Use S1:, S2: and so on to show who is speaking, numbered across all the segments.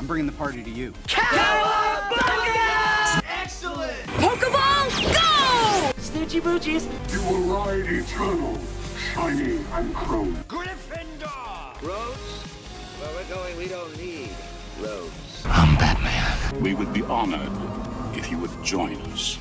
S1: I'm bringing the party to you.
S2: Pokeball, go!
S3: Snoochie Boochies.
S4: You will ride eternal, shiny and chrome.
S5: Roads? Where we're going, we don't need roads.
S4: We would be honored if you would join us.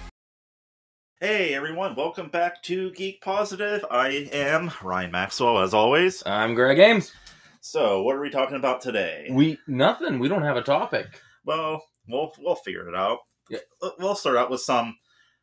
S6: Hey everyone, welcome back to Geek Positive. I am Ryan Maxwell, as always.
S7: I'm Greg Ames.
S6: So, what are we talking about today?
S7: We nothing. We don't have a topic.
S6: Well, we'll we'll figure it out.
S7: Yeah.
S6: Uh, We'll start out with some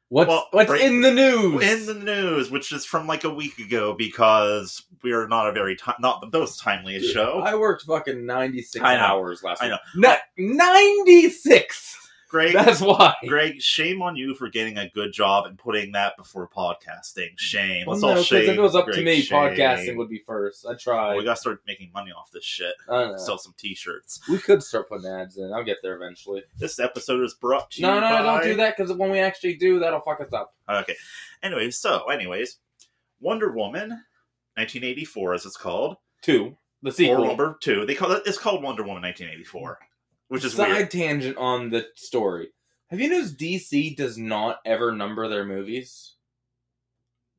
S7: What's
S6: Well,
S7: what's
S6: right-
S7: in the news?
S6: in the news, which is from like a week ago, because we are not a very ti not the most timely show.
S7: I worked fucking 96
S6: I know.
S7: hours last
S6: I
S7: week.
S6: know.
S7: No, 96.
S6: Greg,
S7: That's why.
S6: Greg, shame on you for getting a good job and putting that before podcasting. Shame.
S7: Well,
S6: Let's
S7: no,
S6: all
S7: 'cause
S6: shame.
S7: if it was up to
S6: Greg,
S7: me,
S6: shame.
S7: podcasting would be first. I tried.
S6: Well, we gotta start making money off this shit.
S7: I know.
S6: Sell some T-shirts.
S7: we could start putting ads in. I'll get there eventually.
S6: This episode is brought to
S7: No, no,
S6: you by...
S7: no, don't do that because when we actually do, that'll fuck us up.
S6: Okay. Anyway, so anyways, Wonder Woman, 1984 as it's called,
S7: Two. The
S6: or
S7: sequel.
S6: Wonder Two. They call it. It's called Wonder Woman 1984, which is
S7: Side
S6: weird.
S7: tangent on the story. Have you noticed DC does not ever number their movies?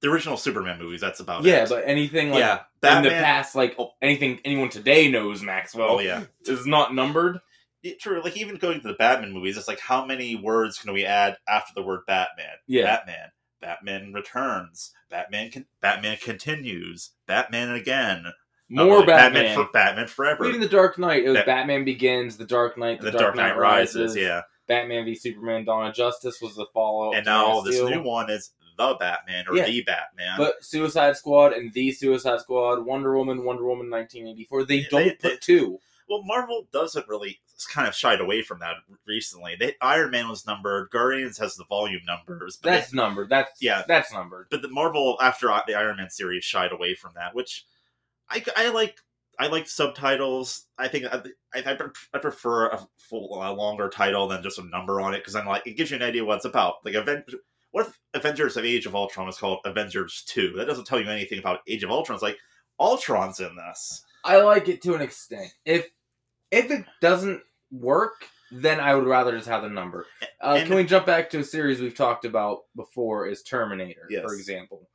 S6: The original Superman movies. That's about
S7: yeah,
S6: it.
S7: but anything like
S6: yeah,
S7: in the
S6: Batman.
S7: past, like oh, anything anyone today knows Maxwell
S6: oh yeah,
S7: is not numbered.
S6: It- true. Like even going to the Batman movies, it's like how many words can we add after the word Batman?
S7: Yeah.
S6: Batman. Batman returns. Batman. Con- Batman continues. Batman again. Oh,
S7: More
S6: wait,
S7: Batman.
S6: Batman for Batman forever.
S7: Even the Dark Knight, it was
S6: Bat-
S7: Batman Begins, the Dark Knight,
S6: the Dark Knight Rises. Yeah.
S7: Batman v Superman, Dawn of Justice was the follow.
S6: and now this new one is the Batman or
S7: Yeah.
S6: the Batman.
S7: But Suicide Squad and the Suicide Squad, Wonder Woman, Wonder Woman, nineteen eighty four. They
S6: Yeah,
S7: don't
S6: they-
S7: put
S6: they-
S7: two.
S6: well, Marvel doesn't really it's kind of shied away from that recently. They, Iron Man was numbered. Guardians has the volume numbers. But
S7: That's
S6: they-
S7: numbered. That's
S6: Yeah.
S7: That's numbered.
S6: but the Marvel after I- the Iron Man series shied away from that, which I, I like. I like subtitles. I think I, I, I pre- I prefer a full a longer title than just a number on it because I'm like it gives you an idea what it's about. Like Avengers, what if Avengers of Age of Ultron is called Avengers Two? That doesn't tell you anything about Age of Ultron. It's like Ultron's in this.
S7: I like it to an extent. If if it doesn't work, then I would rather just have the number. Uh,
S6: and
S7: can we jump back to a series we've talked about before? Is Terminator,
S6: Yes.
S7: for example.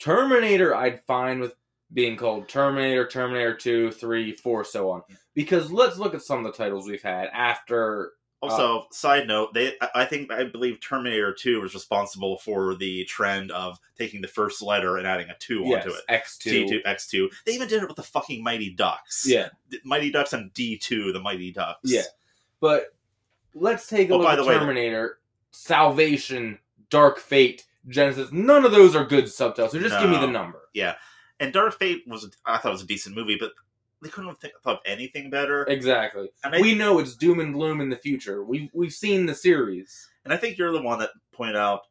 S7: Terminator, I'd fine with being called Terminator, Terminator Two, Three, Four, so on. Because let's look at some of the titles we've had after.
S6: Also, side note, they I- I think I believe Terminator Two was responsible for the trend of taking the first letter and adding a two
S7: Yes,
S6: onto it.
S7: X
S6: T
S7: Two.
S6: two X two. They even did it with the fucking Mighty Ducks.
S7: Yeah,
S6: The Mighty Ducks and D two, the Mighty Ducks.
S7: yeah. But let's take a
S6: Oh,
S7: look
S6: by
S7: at
S6: the way-
S7: Terminator, Salvation, Dark Fate, Genesis. None of those are good subtitles. So just give me
S6: No.
S7: the number.
S6: And Dark Fate was I thought it was a decent movie, but they couldn't have think of anything better.
S7: Exactly.
S6: And I,
S7: we know it's doom and gloom in the future. We've we've seen the series.
S6: and I think you're the one that pointed out.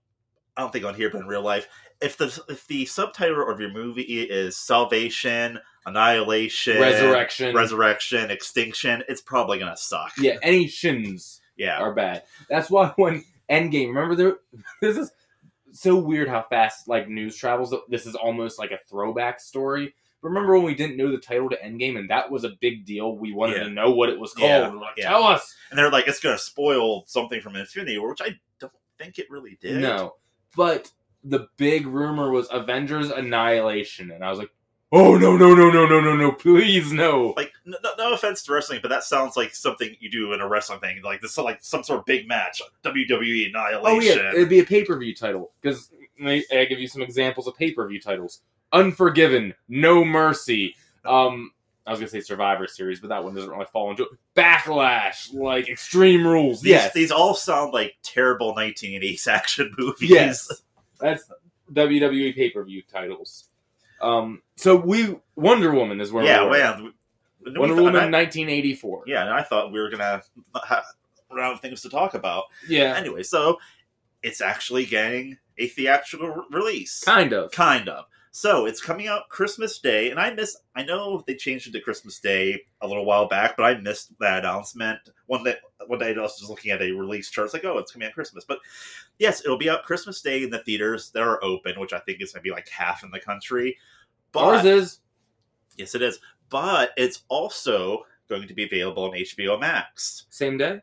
S6: I don't think on here, but in real life, if the if the subtitle of your movie is Salvation, Annihilation,
S7: Resurrection.
S6: Resurrection, Extinction, it's probably gonna suck.
S7: yeah, any shins
S6: Yeah.
S7: are bad. That's why when Endgame, remember there this is so weird how fast like news travels. This is almost like a throwback story. Remember when we didn't know the title to Endgame and that was a big deal. We wanted
S6: Yeah.
S7: to know what it was called.
S6: Yeah,
S7: We're like,
S6: yeah.
S7: Tell us.
S6: and they're like, it's going to spoil something from Infinity War, which I don't think it really did.
S7: No. But the big rumor was Avengers Annihilation and I was like, "Oh no, no, no, no, no, no, no. Please no."
S6: Like, no, no offense to wrestling, but that sounds like something you do in a wrestling thing. Like, this is like some sort of big match. WWE
S7: Oh
S6: Annihilation.
S7: yeah, it'd be a pay per view title because I give you some examples of pay per view titles: Unforgiven, No Mercy. Um, I was gonna say Survivor Series, but that one doesn't really fall into it. Backlash, like Extreme Rules.
S6: these,
S7: yes,
S6: these all sound like terrible 1980s action movies.
S7: yes, that's WWE pay per view titles. Um, so we Wonder Woman is where
S6: yeah,
S7: we were.
S6: man. When we
S7: Wonder
S6: thought-
S7: Woman,
S6: and I-
S7: 1984.
S6: yeah, and I thought we were going to run out of things to talk about.
S7: yeah,
S6: Anyway, so it's actually getting a theatrical re- release.
S7: kind of.
S6: kind of so it's coming out christmas day and i miss i know they changed it to christmas day a little while back but i missed that announcement one day one day i was just looking at a release chart it's like oh it's coming out christmas but yes it'll be out christmas day in the theaters that are open which i think is going to be like half in the country but
S7: Ours is
S6: yes it is but it's also going to be available on HBO Max.
S7: Same day.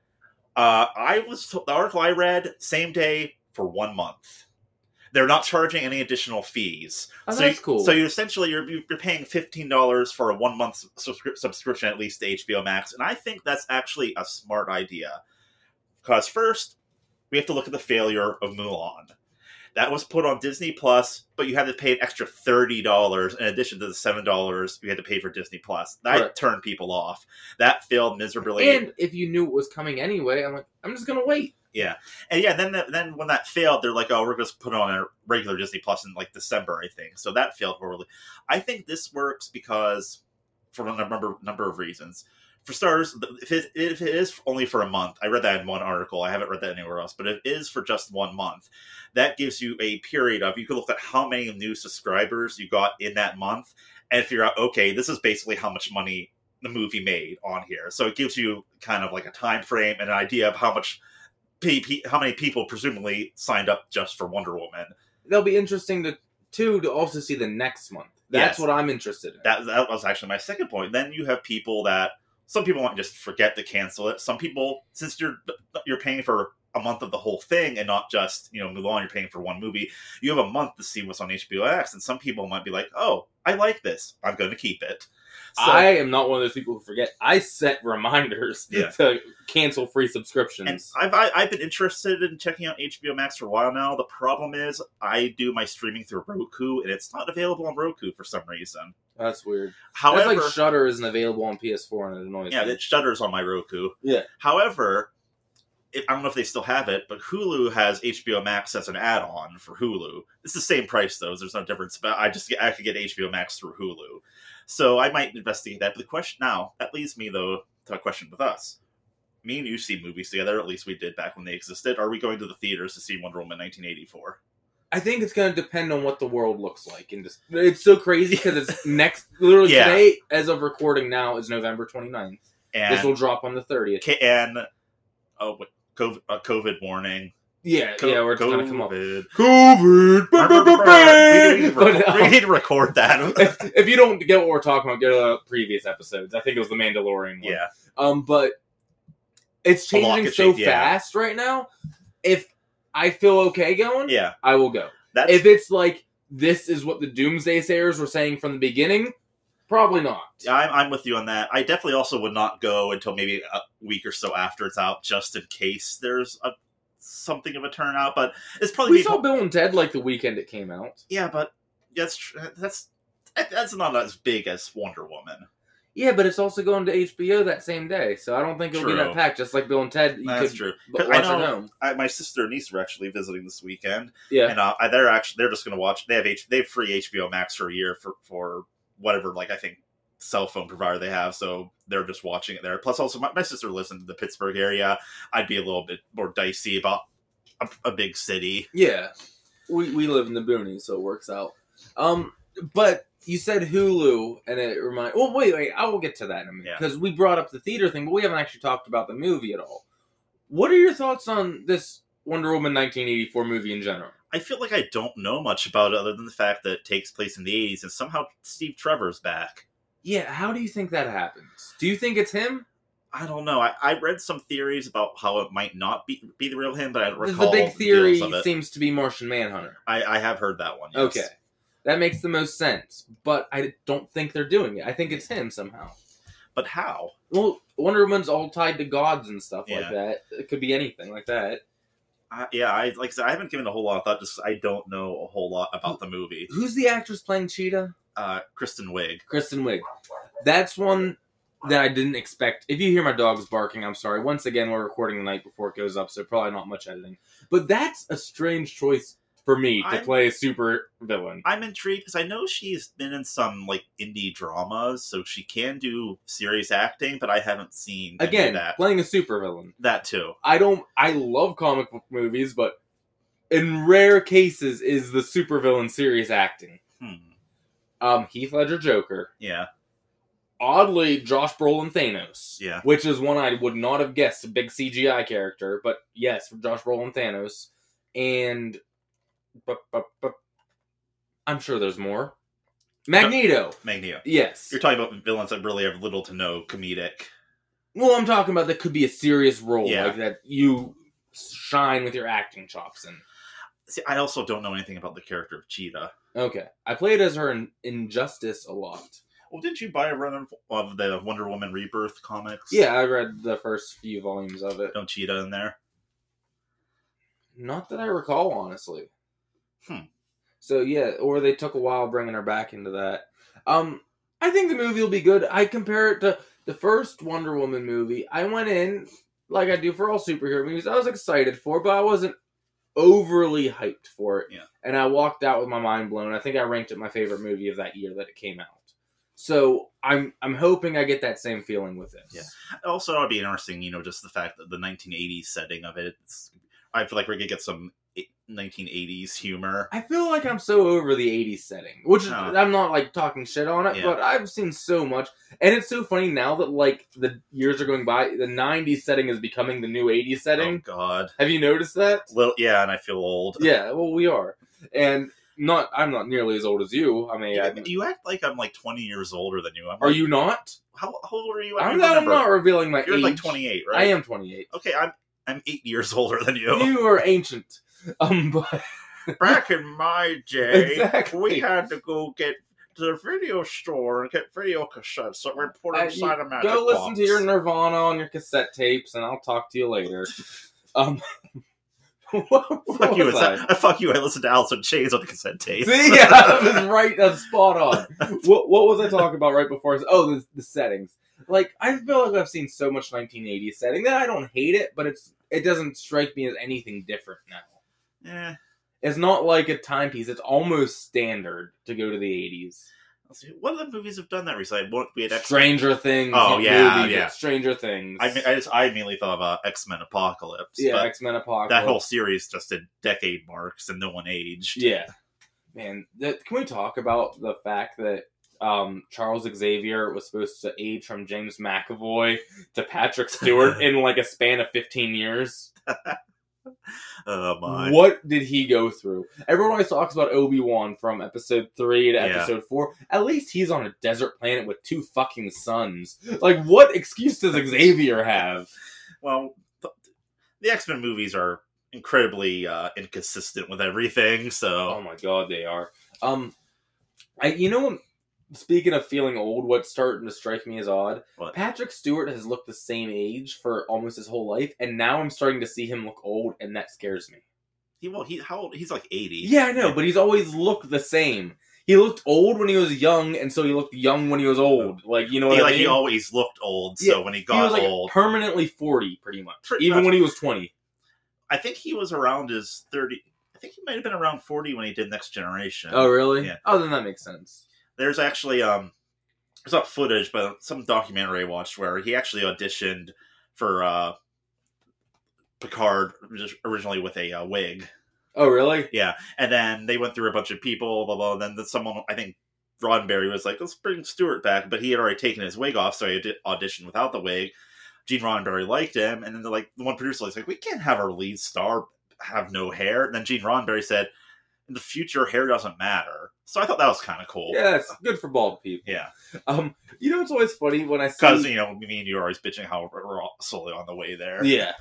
S6: Uh, I was the article I read same day for one month. They're not charging any additional fees.
S7: Oh,
S6: so
S7: that's
S6: you,
S7: cool.
S6: So you essentially you're you're paying fifteen dollars for a one month subscri- subscription at least to HBO Max, and I think that's actually a smart idea. Because first, we have to look at the failure of Mulan. That was put on Disney Plus, but you had to pay an extra thirty dollars in addition to the seven dollars you had to pay for Disney Plus. That
S7: Correct.
S6: turned people off. That failed miserably.
S7: And if you knew it was coming anyway, I'm like, I'm just gonna wait.
S6: And yeah, then that, then when that failed, they're like, "Oh, we're going to put it on a regular Disney Plus in like December, I think." So that failed horribly. I think this works because for a number number of reasons. For starters, if it, if it is only for a month, I read that in one article. I haven't read that anywhere else, but it is for just one month. That gives you a period of you can look at how many new subscribers you got in that month and figure out, okay, this is basically how much money the movie made on here. So it gives you kind of like a time frame and an idea of how much pe- pe- how many people presumably signed up just for Wonder Woman.
S7: That'll be interesting to too to also see the next month. That's
S6: Yes.
S7: what I'm interested in.
S6: That that was actually my second point. Then you have people that some people might just forget to cancel it. Some people, since you're you're paying for a month of the whole thing and not just you know Mulan, you're paying for one movie. You have a month to see what's on HBO Max, and some people might be like, "Oh, I like this. I'm going to keep it." So,
S7: I am not one of those people who forget. I set reminders
S6: Yeah.
S7: to cancel free
S6: and
S7: subscriptions.
S6: I've I, I've been interested in checking out HBO Max for a while now. The problem is I do my streaming through Roku, and it's not available on Roku for some reason.
S7: That's weird.
S6: uh, However,
S7: That's like Shutter isn't available on PS4 and it annoys
S6: Yeah,
S7: me.
S6: it shudders on my Roku.
S7: Yeah.
S6: However, it, I don't know if they still have it, but Hulu has HBO Max as an add-on for Hulu. It's the same price though. There's no difference. But I just get, I could get HBO Max through Hulu, so I might investigate that. But the question now that leads me though to a question with us. Me and you see movies together. At least we did back when they existed. Are we going to the theaters to see Wonder Woman 1984?
S7: I think it's going to depend on what the world looks like, and just it's so crazy because it's next literally
S6: Yeah.
S7: today, as of recording now, is November 29th.
S6: And
S7: This will drop on the 30th.
S6: ca- and oh, wait, COVID, a COVID warning.
S7: Yeah,
S6: Co-
S7: yeah, we're going to come up.
S6: COVID.
S7: COVID.
S6: We need to
S7: But, uh,
S6: record- we need to record that.
S7: if, if you don't get what we're talking about, go to the previous episodes. I think it was the Mandalorian one.
S6: yeah.
S7: Um, but it's
S6: A lot
S7: changing
S6: could
S7: so
S6: change, yeah.
S7: fast right now. If I feel okay going,
S6: Yeah.
S7: I will go.
S6: That's
S7: If it's like this is what the doomsday sayers were saying from the beginning, probably not.
S6: I'm, I'm with you on that. I definitely also would not go until maybe a week or so after it's out, just in case there's a something of a turnout. But it's probably
S7: We
S6: be-
S7: saw Bill and Ted like the weekend it came out.
S6: yeah, but that's tr- that's that- that's not as big as Wonder Woman.
S7: Yeah, but it's also going to HBO that same day, so I don't think it'll be
S6: True.
S7: that packed. Just like Bill and Ted, you
S6: That's
S7: could
S6: true.
S7: b-
S6: 'Cause
S7: watch
S6: I
S7: at
S6: know
S7: home.
S6: I, my sister and niece were actually visiting this weekend,
S7: Yeah,
S6: and uh, they're actually they're just going to watch. They have H, they have free HBO Max for a year for for whatever like I think cell phone provider they have, so they're just watching it there. Plus, also my, my sister lives in the Pittsburgh area. I'd be a little bit more dicey about a, a big city.
S7: yeah. We we live in the boonies, so it works out. Um, but you said Hulu, and it remind. Well, wait, wait. I will get to that in a minute
S6: Yeah.
S7: because we brought up the theater thing, but we haven't actually talked about the movie at all. What are your thoughts on this Wonder Woman 1984 movie in general?
S6: I feel like I don't know much about it other than the fact that it takes place in the '80s and somehow Steve Trevor's back.
S7: Yeah, how do you think that happens? Do you think it's him?
S6: I don't know. I, I read some theories about how it might not be be the real him, but I don't
S7: The
S6: recall
S7: big
S6: details
S7: theory
S6: of it.
S7: seems to be Martian Manhunter.
S6: I, I have heard that one. yes.
S7: Okay. That makes the most sense, but I don't think they're doing it. I think it's him somehow.
S6: but how?
S7: Well, Wonder Woman's all tied to gods and stuff
S6: Yeah.
S7: like that. It could be anything like that.
S6: I, yeah, I like I said, I haven't given a whole lot of thought. Just I don't know a whole lot about the movie.
S7: Who's the actress playing Cheetah?
S6: Uh, Kristen Wiig.
S7: Kristen Wiig. That's one that I didn't expect. If you hear my dogs barking, I'm sorry. Once again, we're recording the night before it goes up, so probably not much editing. But that's a strange choice for me to
S6: I'm-
S7: play a super villain.
S6: I'm intrigued because I know she's been in some like indie dramas, so she can do serious acting, but I haven't seen any of
S7: Again,
S6: that
S7: playing a super villain.
S6: that too.
S7: I don't. I love comic book movies, but in rare cases is the supervillain serious acting.
S6: Hmm.
S7: Um, Heath Ledger Joker,
S6: Yeah,
S7: oddly Josh Brolin Thanos,
S6: Yeah.
S7: which is one I would not have guessed a big CGI character, but yes, Josh Brolin Thanos, and but, but, but, I'm sure there's more. Magneto,
S6: Magneto.
S7: yes,
S6: You're talking about villains that really have little to no comedic.
S7: Well, I'm talking about that could be a serious role,
S6: Yeah.
S7: like that you shine with your acting chops in.
S6: See, I also don't know anything about the character of Cheetah.
S7: Okay, I played as her in Injustice a lot.
S6: Well, didn't you buy a run of- of the Wonder Woman Rebirth comics?
S7: Yeah, I read the first few volumes of it.
S6: No Cheetah in there.
S7: Not that I recall, honestly.
S6: Hmm.
S7: So yeah, or they took a while bringing her back into that. Um, I think the movie will be good. I compare it to the first Wonder Woman movie. I went in like I do for all superhero movies. I was excited for, it, but I wasn't overly hyped for it.
S6: Yeah.
S7: And I walked out with my mind blown. I think I ranked it my favorite movie of that year that it came out. So I'm I'm hoping I get that same feeling with this.
S6: Yeah. Also, it'll be interesting, you know, just the fact that the 1980s setting of it. It's, I feel like we're gonna get some i- 1980s humor.
S7: I feel like I'm so over the 80s setting, which
S6: No.
S7: I'm not like talking shit on it,
S6: Yeah.
S7: but I've seen so much. And it's so funny now that like the years are going by, the 90s setting is becoming the new 80s setting.
S6: Oh God.
S7: Have you noticed that?
S6: Well, yeah, and I feel old.
S7: yeah, well, we are. And not, I'm not nearly as old as you. I mean, I-
S6: You, you act like I'm like 20 years older than you. I'm
S7: are
S6: like-
S7: you not?
S6: How, how old are you? I
S7: I'm
S6: don't
S7: not, I'm
S6: remember.
S7: not revealing my
S6: You're
S7: age.
S6: like 28, right?
S7: I am 28.
S6: Okay, I'm I'm eight years older than you.
S7: You are ancient. Um, but
S6: Back in my day,
S7: Exactly.
S6: we had to go get to the video store and get video cassettes that we put
S7: Uh, you
S6: inside a magic
S7: go listen
S6: box.
S7: to your Nirvana on your cassette tapes, and I'll talk to you later. Um, what,
S6: Fuck you!
S7: was
S6: It's
S7: I?
S6: not- fuck you! I listened to Alice in Chains on the cassette tape.
S7: See, yeah, that was right. That's spot on. What, what was I talking about right before? I s- Oh, the, the settings. Like I feel like I've seen so much 1980s setting that I don't hate it, but it's it doesn't strike me as anything different now.
S6: Eh,
S7: It's not like a timepiece. It's almost standard to go to the 80s.
S6: let's see. What other movies have done that recently? What we had X.
S7: Stranger Things.
S6: Oh,
S7: not
S6: yeah,
S7: but
S6: yeah.
S7: Stranger Things.
S6: I, mean, I just I immediately thought about X Men Apocalypse.
S7: yeah,
S6: but
S7: X Men Apocalypse.
S6: that whole series just did decade marks and no one aged.
S7: Yeah. Man, that, can we talk about the fact that um, Charles Xavier was supposed to age from James McAvoy to Patrick Stewart in like a span of 15 years?
S6: Oh my!
S7: What did he go through? Everyone always talks about Obi Wan from episode 3 to
S6: Yeah.
S7: episode 4. At least he's on a desert planet with two fucking suns. Like, what excuse does Xavier have?
S6: well th- the x-men movies are incredibly uh, inconsistent with everything
S7: Oh
S6: so
S7: my god, they are. Um, I you know what? Speaking of feeling old, what's starting to strike me as odd?
S6: What?
S7: Patrick Stewart has looked the same age for almost his whole life, and now I'm starting to see him look old, and that scares me.
S6: he well he how old he's like 80
S7: Yeah, I know, but he's always looked the same. He looked old when he was young, and so he looked young when he was old. Like you know what
S6: he,
S7: I
S6: like
S7: mean?
S6: he always looked old so when he
S7: He
S6: got
S7: was like uh,
S6: old
S7: permanently forty, pretty much.
S6: Pretty
S7: even
S6: much.
S7: when he was twenty.
S6: i think he was around his 30 i think he might have been around 40 when he did next generation
S7: Oh really?
S6: Yeah.
S7: Oh, then that makes sense.
S6: there's actually um there's not footage but some documentary i watched where he actually auditioned for uh picard just originally with a uh, wig
S7: Oh really?
S6: Yeah, and then they went through a bunch of people, blah blah. And then the- someone, I think Roddenberry was like, "Let's bring Stewart back," but he had already taken his wig off, so he did auditioned without the wig. Gene Roddenberry liked him, and then they're like the one producer was like, "We can't have our lead star have no hair." And then Gene Roddenberry said, "In the future, hair doesn't matter." So I thought that was kind of cool.
S7: Yeah, it's good for bald people.
S6: Yeah,
S7: Um, you know what's always funny when I see
S6: because you know me and you are always bitching how we're all solely on the way there.
S7: Yeah.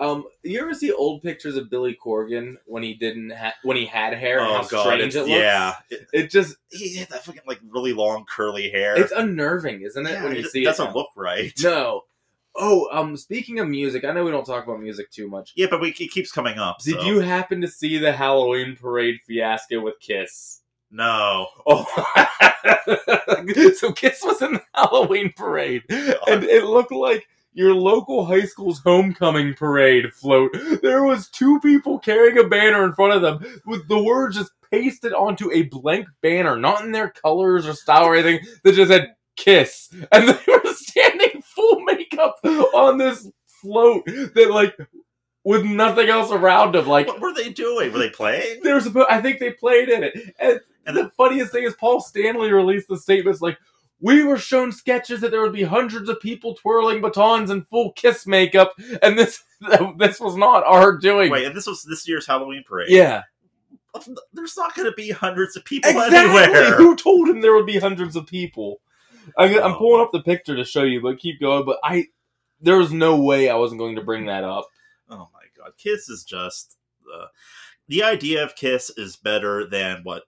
S7: Um, you ever see old pictures of Billy Corgan when he didn't ha- when he had hair and how strange
S6: Oh, it's-
S7: it looks?
S6: yeah, it,
S7: It just
S6: he had that fucking like really long curly hair.
S7: it's unnerving, isn't it?
S6: Yeah,
S7: when you
S6: it
S7: see it.
S6: doesn't
S7: now?
S6: look right.
S7: No. Oh, um speaking of music, I know we don't talk about music too much.
S6: Yeah, but we, it keeps coming up.
S7: Did
S6: so-
S7: you happen to see the Halloween parade fiasco with Kiss?
S6: No.
S7: Oh, so Kiss was in the Halloween parade, and it looked like your local high school's homecoming parade float. There was two people carrying a banner in front of them with the words just pasted onto a blank banner, not in their colors or style or anything. That just said "Kiss," and they were standing full makeup on this float that, like, with nothing else around them, like.
S6: What were they doing? Were they playing?
S7: They were supposed. I think they played in it. And,
S6: And
S7: the funniest thing is, Paul Stanley released the statements like, "We were shown sketches that there would be hundreds of people twirling batons in full kiss makeup, and this this was not our doing."
S6: Wait, and this was this year's Halloween parade.
S7: yeah,
S6: There's not going to be hundreds of people
S7: exactly.
S6: anywhere.
S7: Who told him there would be hundreds of people? I'm, I'm
S6: Oh.
S7: pulling up the picture to show you, but keep going. But I, there was no way I wasn't going to bring that up.
S6: Oh my god, Kiss is just uh, the idea of Kiss is better than what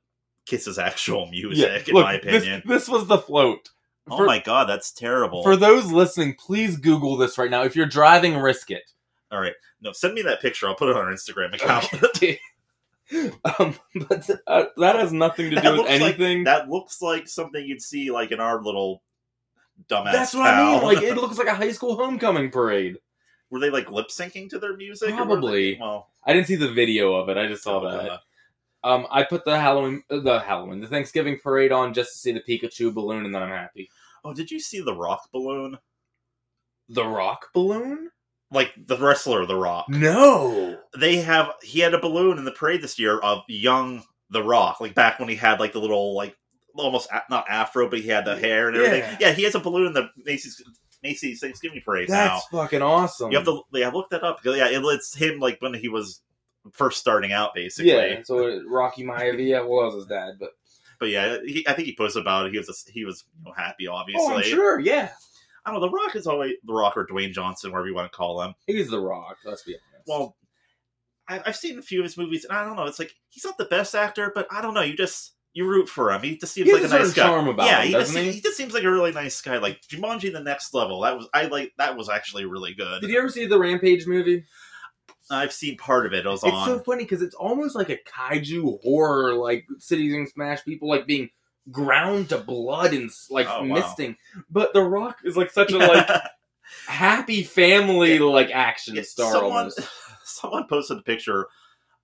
S6: Kiss's actual music, in
S7: look,
S6: my
S7: this-
S6: opinion.
S7: This, was the float.
S6: oh
S7: for-
S6: my god, that's terrible.
S7: For those listening, please Google this right now. If you're driving, risk it.
S6: All right, no, send me that picture. I'll put it on our Instagram account.
S7: um, but uh, that has nothing to do
S6: That
S7: with
S6: looks like-
S7: anything.
S6: that looks like something you'd see like in our little dumbass.
S7: That's what I mean.
S6: town.
S7: Like it looks like a high school homecoming parade.
S6: were they like lip syncing to their music? or were
S7: Probably.
S6: they- well,
S7: I didn't see the video of it. I just saw that.
S6: uh,
S7: Um, I put the Halloween, uh, the Halloween, the Thanksgiving parade on just to see the Pikachu balloon, and then I'm happy.
S6: Oh, did you see the Rock balloon?
S7: The Rock balloon?
S6: Like the wrestler, the Rock.
S7: No.
S6: They have he had a balloon in the parade this year of young the Rock, like back when he had like the little like almost a- not afro, but he had the hair and everything.
S7: Yeah.
S6: Yeah, he has a balloon in the Macy's Macy's Thanksgiving parade now.
S7: That's fucking awesome.
S6: You have to yeah look that up. Yeah, it, it's him like when he was first starting out, basically.
S7: Yeah, so uh, Rocky Maivia, well, that was his dad, but
S6: But yeah, he, I think he posted about it. He was a, he was you know, happy, obviously.
S7: oh, I'm sure, yeah,
S6: I don't know. The Rock is always the Rock or Dwayne Johnson, whatever you want to call him.
S7: he's the Rock. Let's be honest.
S6: Well, I, I've seen a few of his movies, and I don't know. It's like he's not the best actor, but I don't know. You just you root for him. He just seems
S7: He has
S6: like a,
S7: a certain
S6: nice guy.
S7: charm about
S6: yeah,
S7: him,
S6: he just
S7: doesn't he?
S6: se- just seems like a really nice guy. Like Jumanji, the next level. That was I like. That was actually really good.
S7: did you ever see the Rampage movie?
S6: I've seen part of it. It was
S7: It's
S6: on.
S7: so funny because it's almost like a kaiju horror, like cities and smash people like being ground to blood and like
S6: Oh, wow.
S7: misting. But The Rock is like such a like happy family like action
S6: Yeah,
S7: star.
S6: Someone,
S7: almost.
S6: someone posted a picture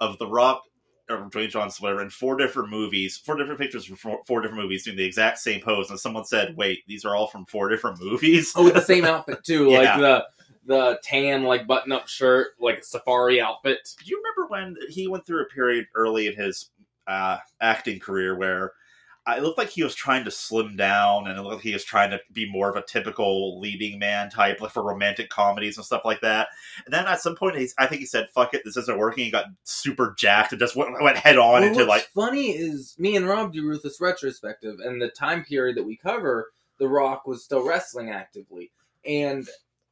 S6: of The Rock or Dwayne Johnson, whatever, in four different movies, four different pictures from four, four different movies doing the exact same pose, and someone said, "Wait, these are all from four different movies."
S7: Oh, with the same outfit too, like
S6: Yeah.
S7: the the tan like button up shirt, like safari outfit.
S6: Do you remember when he went through a period early in his uh, acting career where? uh, It looked like he was trying to slim down, and it looked like he was trying to be more of a typical leading man type, like for romantic comedies and stuff like that. And then at some point, he's, I think he said, "Fuck it, this isn't working." He got super jacked and just went, went head on
S7: Well,
S6: into
S7: what's
S6: like
S7: funny is me and Rob do Ruthless Retrospective, and the time period that we cover, The Rock was still wrestling actively, and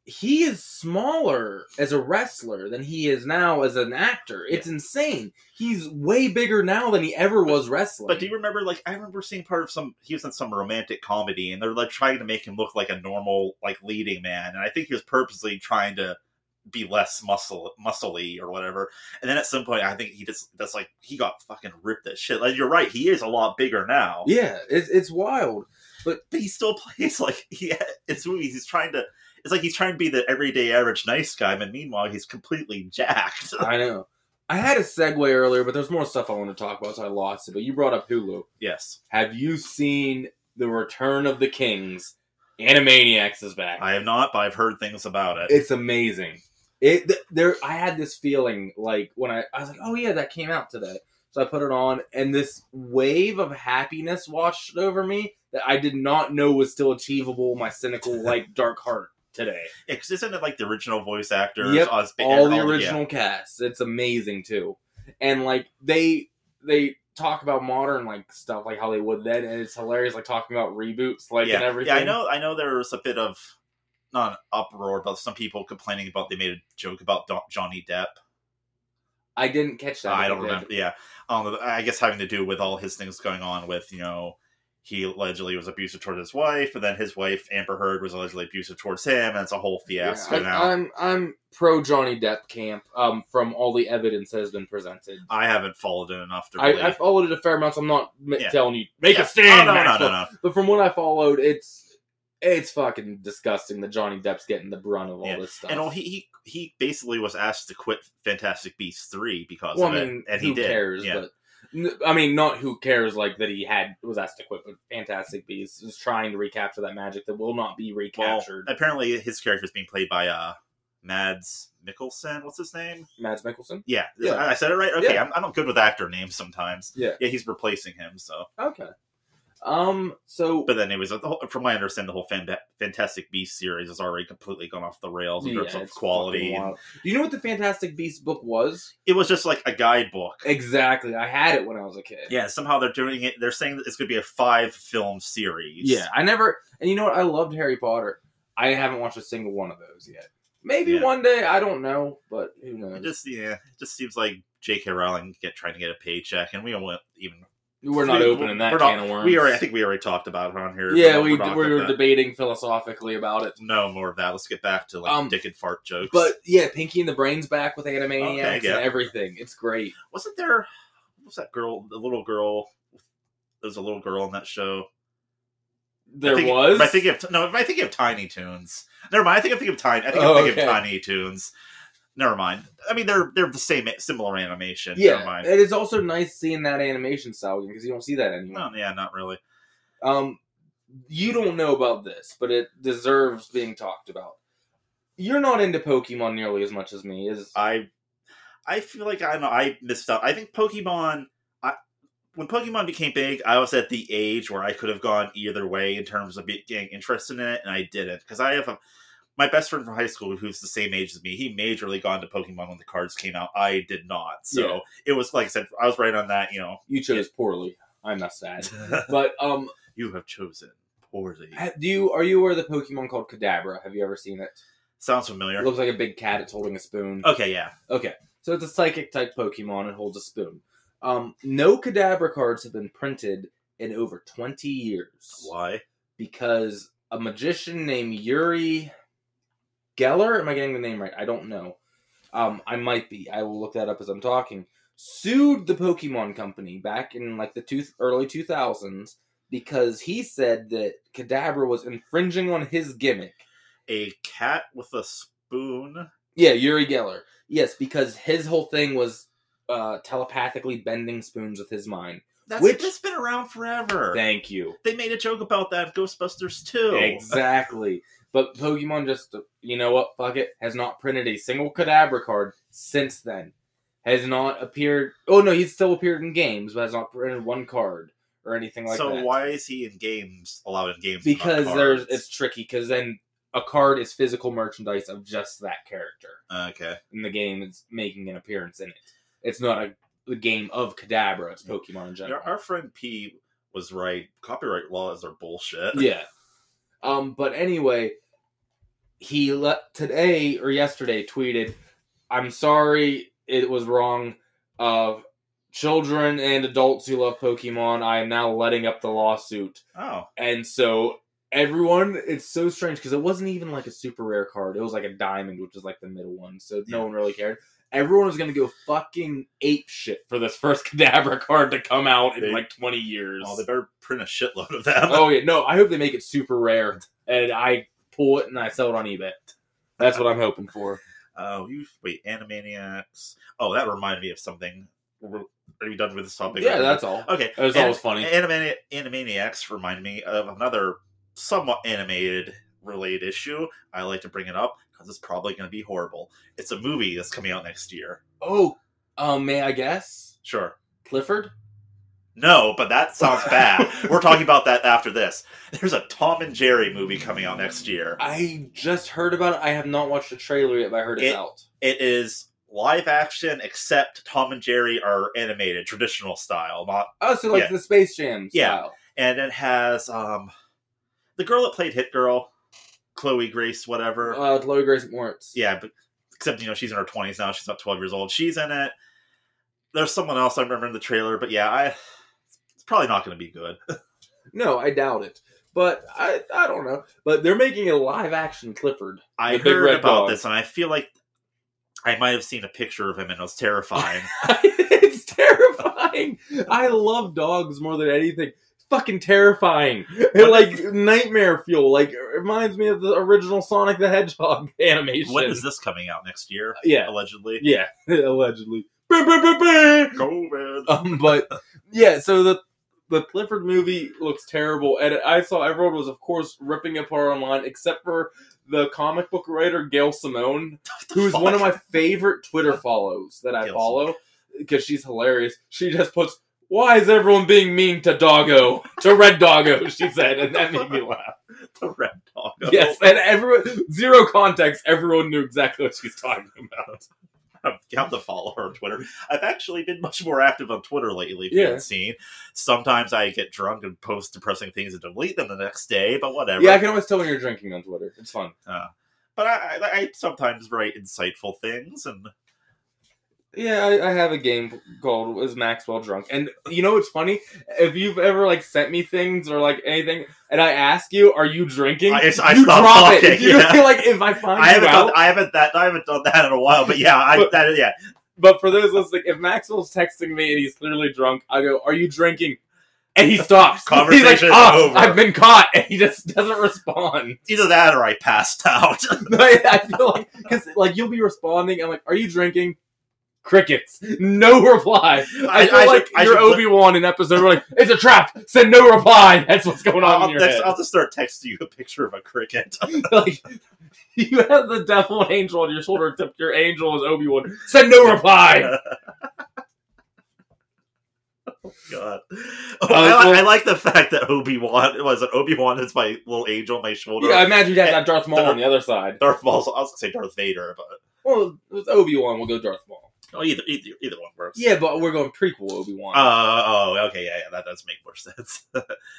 S7: he is smaller as a wrestler than he is now as an actor. It's insane. He's way bigger now than he ever was wrestling.
S6: But do you remember? Like, I remember seeing part of some. He was in some romantic comedy, and they're like trying to make him look like a normal, like leading man. And I think he was purposely trying to be less muscle, muscly or whatever. And then at some point, I think he just that's like he got fucking ripped as shit. Like you're right, he is a lot bigger now,
S7: yeah, it's it's wild.
S6: but he still plays like he his movies. He's trying to. It's like he's trying to be the everyday average nice guy, but meanwhile he's completely jacked.
S7: I know. I had a segue earlier, but there's more stuff I want to talk about, so I lost it. But you brought up Hulu.
S6: yes,
S7: Have you seen The Return of the Kings? Animaniacs is back.
S6: I have not, but I've heard things about it.
S7: It's amazing. It th- there. I had this feeling like when I I was like, oh yeah, that came out today. So I put it on, and this wave of happiness washed over me that I did not know was still achievable. My cynical, like dark heart today.
S6: Yeah, 'cause isn't it like the original voice actors?
S7: Yep,
S6: Oz-
S7: all the
S6: yeah.
S7: original cast. It's amazing too, and like they they talk about modern like stuff like how they would then, and it's hilarious. Like talking about reboots, like
S6: yeah.
S7: and everything.
S6: Yeah, I know. I know there was a bit of not an uproar, but some people complaining about they made a joke about Don- Johnny Depp.
S7: I didn't catch that.
S6: Oh, I don't
S7: Did.
S6: remember. Yeah, um, I guess having to do with all his things going on with you know he allegedly was abusive towards his wife, and then his wife Amber Heard was allegedly abusive towards him, and it's a whole fiasco
S7: Yeah,
S6: now.
S7: I, am I'm pro Johnny Depp camp. Um, from all the evidence that has been presented,
S6: I haven't followed it enough to really.
S7: I, I followed it a fair amount. So I'm not m-
S6: Yeah.
S7: telling you make
S6: Yeah.
S7: a stand.
S6: Oh, no, no,
S7: Maxwell.
S6: no, no.
S7: But from what I followed, it's it's fucking disgusting that Johnny Depp's getting the brunt of all
S6: Yeah.
S7: this stuff.
S6: And all, he, he he basically was asked to quit Fantastic Beasts three because
S7: well,
S6: of
S7: I mean,
S6: it, and
S7: who
S6: he did.
S7: cares?
S6: yeah.
S7: But n- I mean, not who cares. Like that he had was asked to quit, but Fantastic Beasts is trying to recapture that magic that will not be
S6: Well,
S7: recaptured.
S6: apparently his character is being played by uh, Mads Mikkelsen. What's his name?
S7: Mads Mikkelsen.
S6: Yeah,
S7: Yeah.
S6: I, I said it right. Okay,
S7: Yeah.
S6: I'm, I'm not good with actor names sometimes.
S7: Yeah.
S6: yeah, he's replacing him. So,
S7: Okay. Um. So
S6: but then anyways, the whole, from my understanding, the whole fan, Fantastic Beast series has already completely gone off the rails in
S7: Yeah,
S6: terms of
S7: it's
S6: quality.
S7: fucking wild. Do you know what the Fantastic Beasts book was?
S6: It was just like a guidebook.
S7: Exactly. I had it when I was a kid.
S6: Yeah, somehow they're doing it. They're saying that it's going to be a five film series.
S7: Yeah, I never. And you know what? I loved Harry Potter. I haven't watched a single one of those yet. Maybe
S6: Yeah.
S7: one day, I don't know, but who knows?
S6: It just yeah, it just seems like J.K. Rowling get trying to get a paycheck, and we don't want even.
S7: we're not
S6: we-
S7: opening that
S6: we're not-
S7: can of worms.
S6: We already, I think we already talked about it on here.
S7: yeah,
S6: but
S7: we
S6: we're not
S7: we
S6: gonna-
S7: were debating philosophically about it.
S6: no more of that. Let's get back to like
S7: Um,
S6: dick and fart jokes.
S7: But yeah, Pinky and the Brain's back with Animaniacs
S6: Okay, yeah.
S7: and everything. It's great.
S6: wasn't there? What was that girl? The little girl. There was a little girl in that show.
S7: There
S6: I think,
S7: was.
S6: I think of no. I think of Tiny Toons. Never mind. I think I think of Tiny. I think
S7: Oh,
S6: I think
S7: okay.
S6: of Tiny Toons. Never mind. I mean, they're they're the same, similar animation. Never
S7: yeah,
S6: mind.
S7: it is also nice seeing that animation style because you don't see that anymore.
S6: no, yeah, not really.
S7: Um, you don't know about this, but it deserves being talked about. You're not into Pokemon nearly as much as me. Is
S6: I I feel like I don't know I missed out. I think Pokemon I when Pokemon became big, I was at the age where I could have gone either way in terms of be- getting interested in it, and I didn't because I have a my best friend from high school, who's the same age as me, he majorly got into Pokemon when the cards came out. I did not, so
S7: Yeah.
S6: it was like I said, I was right on that. You know,
S7: you chose poorly. I must add. But um,
S6: you have chosen poorly.
S7: ha- do you are you aware of the Pokemon called Kadabra? Have you ever seen it?
S6: Sounds
S7: It
S6: familiar.
S7: looks like a big cat. It's holding a spoon.
S6: Okay, yeah,
S7: Okay, so it's a psychic type Pokemon and holds a spoon. Um, no Kadabra cards have been printed in over 20 years
S6: why?
S7: because a magician named Yuri Geller, am I getting the name right? I don't know. Um, I might be. I will look that up as I'm talking. Sued the Pokemon Company back in like the two, early 2000s because he said that Kadabra was infringing on his gimmick.
S6: A cat with a spoon.
S7: Yeah, Yuri Geller. Yes, because his whole thing was uh, telepathically bending spoons with his mind.
S6: That's
S7: Which-
S6: that's been around forever.
S7: Thank you.
S6: They made a joke about that in Ghostbusters too.
S7: Exactly. But Pokemon just, you know what, fuck it, has not printed a single Kadabra card since then. Has not appeared. Oh, no, he's still appeared in games, but has not printed one card or anything like
S6: so
S7: that.
S6: why is he in games allowed in games? and not
S7: Because there's,
S6: cards?
S7: it's tricky, because then a card is physical merchandise of just that character.
S6: okay.
S7: in the game is making an appearance in it. It's not a the game of Kadabra. It's Pokemon in general.
S6: Our, our friend P was right. Copyright laws are bullshit.
S7: yeah. Um. But anyway, he le- today or yesterday tweeted, "I'm sorry, it was wrong. Of children and adults who love Pokemon, I am now letting up the lawsuit."
S6: Oh,
S7: And so everyone, it's so strange because it wasn't even like a super rare card. It was like a diamond, which is like the middle one. So no one really cared. Everyone was gonna go fucking ape shit for this first Kadabra card to come out in
S6: They-
S7: like twenty years.
S6: well, they better print a shitload of them.
S7: oh yeah, no, I hope they make it super rare, and I pull it and I sell it on eBay. That's what I'm hoping for.
S6: Oh, you wait, Animaniacs. Oh, that reminded me of something. We're, are you done with this topic?
S7: yeah, that's all.
S6: okay.
S7: It was
S6: An-
S7: always funny.
S6: Animani- Animaniacs remind me of another somewhat animated related issue. I like to bring it up because it's probably going to be horrible. It's a movie that's coming out next year.
S7: Oh, um, may I guess
S6: Sure.
S7: Clifford?
S6: No, but that sounds bad. We're talking about that after this. There's a Tom and Jerry movie coming out next year.
S7: I just heard about it. I have not watched the trailer yet, but I heard it's
S6: It-
S7: out.
S6: It is live action, except Tom and Jerry are animated, traditional style. Not,
S7: Oh, so like
S6: Yeah.
S7: the Space Jam
S6: Yeah.
S7: style.
S6: and it has um, the girl that played Hit Girl, Chloe Grace, whatever.
S7: Uh, Chloe Grace Moritz.
S6: yeah, but except you know she's in her 20s now. She's not 12 years old. She's in it. There's someone else I remember in the trailer, but yeah, I it's probably not going to be good.
S7: No, I doubt it. But I, I don't know. But they're making a live action Clifford.
S6: I
S7: The big
S6: heard
S7: red
S6: about
S7: dog.
S6: this, and I feel like I might have seen a picture of him, and it was terrifying.
S7: it's terrifying. I love dogs more than anything. It's fucking terrifying. They're like nightmare fuel. Like it reminds me of the original Sonic the Hedgehog animation.
S6: when is this coming out next year?
S7: Yeah,
S6: Allegedly.
S7: yeah. Allegedly. Bah, bah, bah, bah.
S6: COVID.
S7: Um, but yeah, so the the Clifford movie looks terrible, and I saw everyone was, of course, ripping it apart online, except for the comic book writer Gail Simone, who's
S6: fuck?
S7: one of my favorite Twitter follows that I
S6: Gail
S7: follow because she's hilarious. She just puts, "Why is everyone being mean to Doggo, to Red Doggo?" She said, and that made me laugh.
S6: The Red Dog.
S7: Yes, and everyone zero context, everyone knew exactly what she's talking about.
S6: I'm down to follow her on Twitter. I've actually been much more active on Twitter lately. If you
S7: Yeah.
S6: haven't seen, sometimes I get drunk and post depressing things and delete them the next day. But whatever.
S7: Yeah, I can always tell when you're drinking on Twitter. It's fun.
S6: but I, I, I sometimes write insightful things, and
S7: Yeah, I, I have a game called "Is Maxwell Drunk?" And you know what's funny? If you've ever like sent me things or like anything, and I ask you, "Are you drinking?"
S6: I- it's- I
S7: you
S6: stop talking,
S7: You
S6: yeah.
S7: like if I find
S6: I haven't
S7: you out.
S6: done, I haven't that I haven't done that in a while. But yeah, I,
S7: But-
S6: that yeah,
S7: but for those listening, if Maxwell's texting me and he's clearly drunk, I go, "Are you drinking?" And he stops. he's
S6: Conversation
S7: like,
S6: is
S7: "Oh,
S6: over."
S7: I've been caught, and he just doesn't respond.
S6: either that or I passed out.
S7: I I feel like because like you'll be responding, I'm like, "Are you drinking?" Crickets, no reply. I feel
S6: I should-
S7: like
S6: I
S7: you're
S6: should-
S7: Obi Wan in episode. We're like, it's a trap. Send no reply. Uh, That's uh, what's going on
S6: I'll,
S7: in your
S6: next-
S7: head.
S6: I'll just start texting you a picture of a cricket.
S7: like, you have the devil and angel on your shoulder. Except your angel is Obi Wan. Send no reply.
S6: God, Oh,
S7: Uh,
S6: I, li-
S7: well-
S6: I like the fact that Obi Wan was it Obi Wan is my little angel on my shoulder.
S7: yeah, I imagine you have that Darth Maul
S6: Darth-
S7: on the other side.
S6: Darth Maul's. I was gonna say Darth Vader, but
S7: Well, it's Obi Wan. We'll go Darth Maul.
S6: oh, either, either either one works.
S7: Yeah, but we're going prequel Obi Wan.
S6: Uh, oh, okay, yeah, yeah, that does make more sense.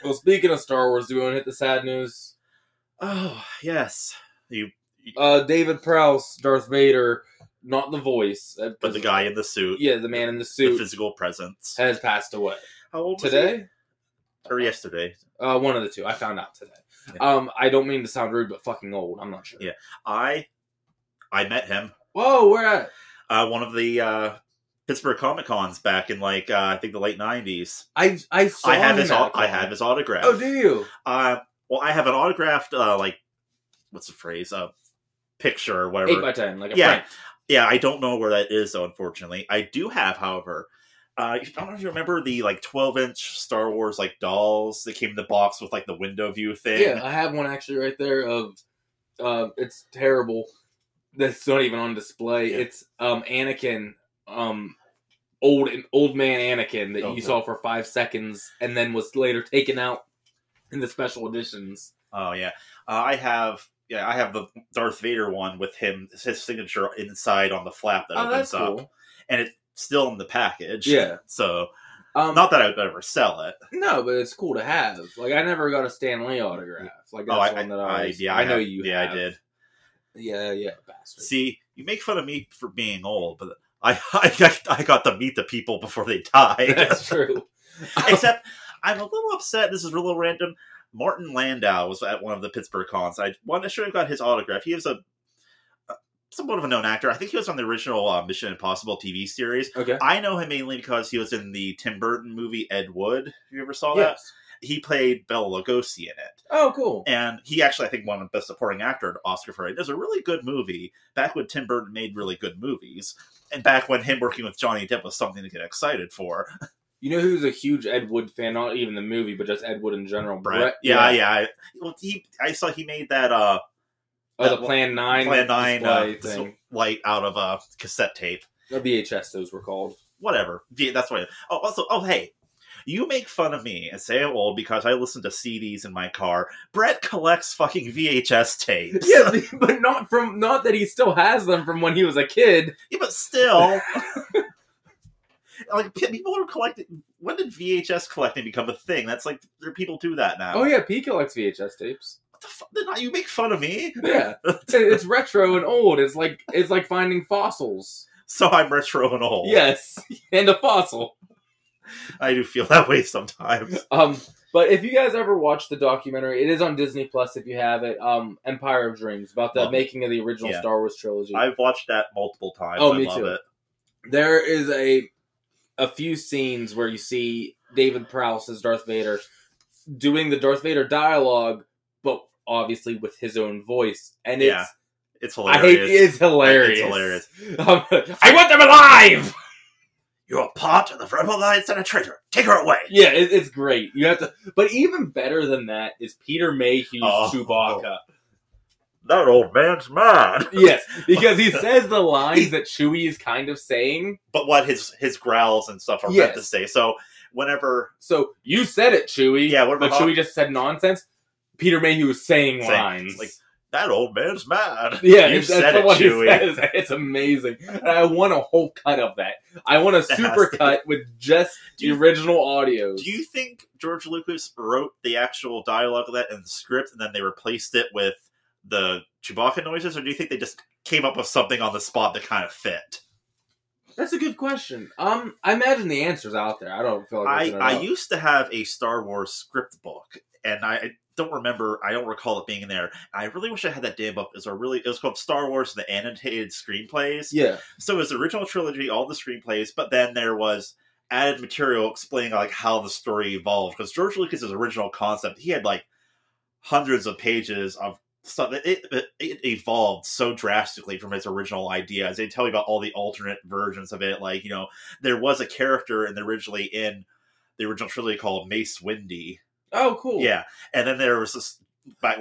S7: well, speaking of Star Wars, do we want to hit the sad news?
S6: oh yes, you,
S7: Uh, David Prowse, Darth Vader, not the voice, uh,
S6: but the guy in the suit,
S7: Yeah, the man in the
S6: the
S7: suit
S6: physical presence.
S7: has passed away
S6: How old was he?
S7: today.
S6: or yesterday?
S7: Uh, one of the two. I found out today. Um, I don't mean to sound rude, but fucking old. I'm not sure.
S6: Yeah. I I met him
S7: Whoa, where at?
S6: uh, one of the uh, Pittsburgh Comic Cons back in like uh, I think the late nineties.
S7: I I saw.
S6: I have
S7: him
S6: his
S7: at a
S6: au- I
S7: con.
S6: have his autograph.
S7: Oh, do you?
S6: Uh, well, I have an autographed uh, like what's the phrase? Uh, picture or whatever.
S7: Eight by ten, like a
S6: Yeah.
S7: print.
S6: yeah, I don't know where that is though. Unfortunately, I do have, however. Uh, I don't know if you remember the like twelve inch Star Wars like dolls that came in the box with like the window view thing.
S7: Yeah, I have one actually right there. Of, uh, it's terrible. That's not even on display.
S6: Yeah.
S7: It's um Anakin, um, old old man Anakin that
S6: Okay.
S7: you saw for five seconds and then was later taken out in the special editions.
S6: Oh yeah, uh, I have. Yeah, I have the Darth Vader one with him his signature inside on the flap that
S7: oh,
S6: opens
S7: that's
S6: up,
S7: cool.
S6: and it's still in the package.
S7: Yeah.
S6: So
S7: Um,
S6: not that I would ever sell it.
S7: No, but it's cool to have. Like I never got a Stan Lee autograph. Like that's
S6: oh, I,
S7: one that I,
S6: I-
S7: always-
S6: yeah,
S7: I know
S6: have-
S7: you.
S6: Yeah,
S7: have.
S6: I did.
S7: Yeah, yeah, bastard.
S6: See, you make fun of me for being old, but I I got, I got to meet the people before they died.
S7: that's true.
S6: Except I'm a little upset. This is a little random. Martin Landau was at one of the Pittsburgh cons. I one I should have got his autograph. He was a, a- somewhat of a known actor. I think he was on the original uh, Mission Impossible TV series.
S7: Okay.
S6: I know him mainly because he was in the Tim Burton movie Ed Wood. You ever saw that?
S7: Yes.
S6: He played Bela Lugosi in it
S7: Oh, cool.
S6: and he actually, I think, won Best Supporting Actor at Oscar for it. It was a really good movie back when Tim Burton made really good movies, and back when him working with Johnny Depp was something to get excited for.
S7: You know who's a huge Ed Wood fan? Not even the movie, but just Ed Wood in general.
S6: Brett,
S7: Brett-
S6: yeah, yeah. I, well, he, I saw he made that uh,
S7: Oh, the
S6: That-
S7: Plan Nine.
S6: Plan Nine uh,
S7: display thing.
S6: light out of a cassette tape.
S7: Or VHS, those were called.
S6: Whatever. Yeah, that's why. Oh, also, oh hey. You make fun of me and say I'm old because I listen to CDs in my car. Brett collects fucking VHS tapes.
S7: Yeah, but not from not that he still has them from when he was a kid.
S6: Yeah, but still, like pe- people are collecting. When did VHS collecting become a thing? That's like there are people do that now.
S7: Oh yeah, P collects VHS tapes.
S6: what the fuck? Did not you make fun of me?
S7: Yeah, it's retro and old. It's like it's like finding fossils.
S6: So I'm retro and old.
S7: Yes, and a fossil.
S6: I do feel that way sometimes.
S7: Um, but if you guys ever watch the documentary, it is on Disney Plus if you have it. Um, Empire of Dreams about the
S6: Love it.
S7: making of the original
S6: Yeah.
S7: Star Wars trilogy.
S6: I've watched that multiple times.
S7: Oh,
S6: I
S7: me
S6: love
S7: too.
S6: it.
S7: there is a a few scenes where you see David Prowse as Darth Vader doing the Darth Vader dialogue, but obviously with his own voice, and it's
S6: Yeah, It's
S7: I hate
S6: hilarious.
S7: it's hilarious.
S6: hilarious.
S7: Um, I want them alive.
S6: You're a part of the Rebel Alliance and a traitor. Take her away.
S7: Yeah, it, it's great. You have to, but even better than that is Peter Mayhew's
S6: Oh.
S7: Chewbacca.
S6: That old man's mad.
S7: Yes, because he says the lines that Chewie is kind of saying.
S6: But what his his growls and stuff are meant
S7: Yes.
S6: to say. So whenever
S7: So you said it, Chewie.
S6: Yeah, what
S7: but
S6: about-
S7: Chewie just said nonsense. Peter Mayhew was saying,
S6: Saying,
S7: lines.
S6: like, that old man's mad.
S7: Yeah,
S6: you
S7: that's
S6: said it,
S7: what he
S6: Chewie.
S7: says. It's amazing. And I want a whole cut of that. I want a
S6: has
S7: super
S6: to-
S7: cut with just
S6: Do
S7: the
S6: you-
S7: original audio.
S6: Do you think George Lucas wrote the actual dialogue of that in the script, and then they replaced it with the Chewbacca noises, or do you think they just came up with something on the spot that kind of fit?
S7: That's a good question. Um, I imagine the answer's out there. I don't feel like
S6: I,
S7: looking it
S6: I
S7: up.
S6: used to have a Star Wars script book, and I I don't remember. I don't recall it being in there. I really wish I had that damn book. It was a really. It was called Star Wars: The Annotated Screenplays.
S7: yeah.
S6: So it was the original trilogy, all the screenplays, but then there was added material explaining like how the story evolved because George Lucas's original concept, he had like hundreds of pages of stuff. It, it, it evolved so drastically from his original ideas. They tell you about all the alternate versions of it. Like you know, there was a character in the originally in the original trilogy called Mace Windy.
S7: Oh, cool.
S6: Yeah, and then there was this. By,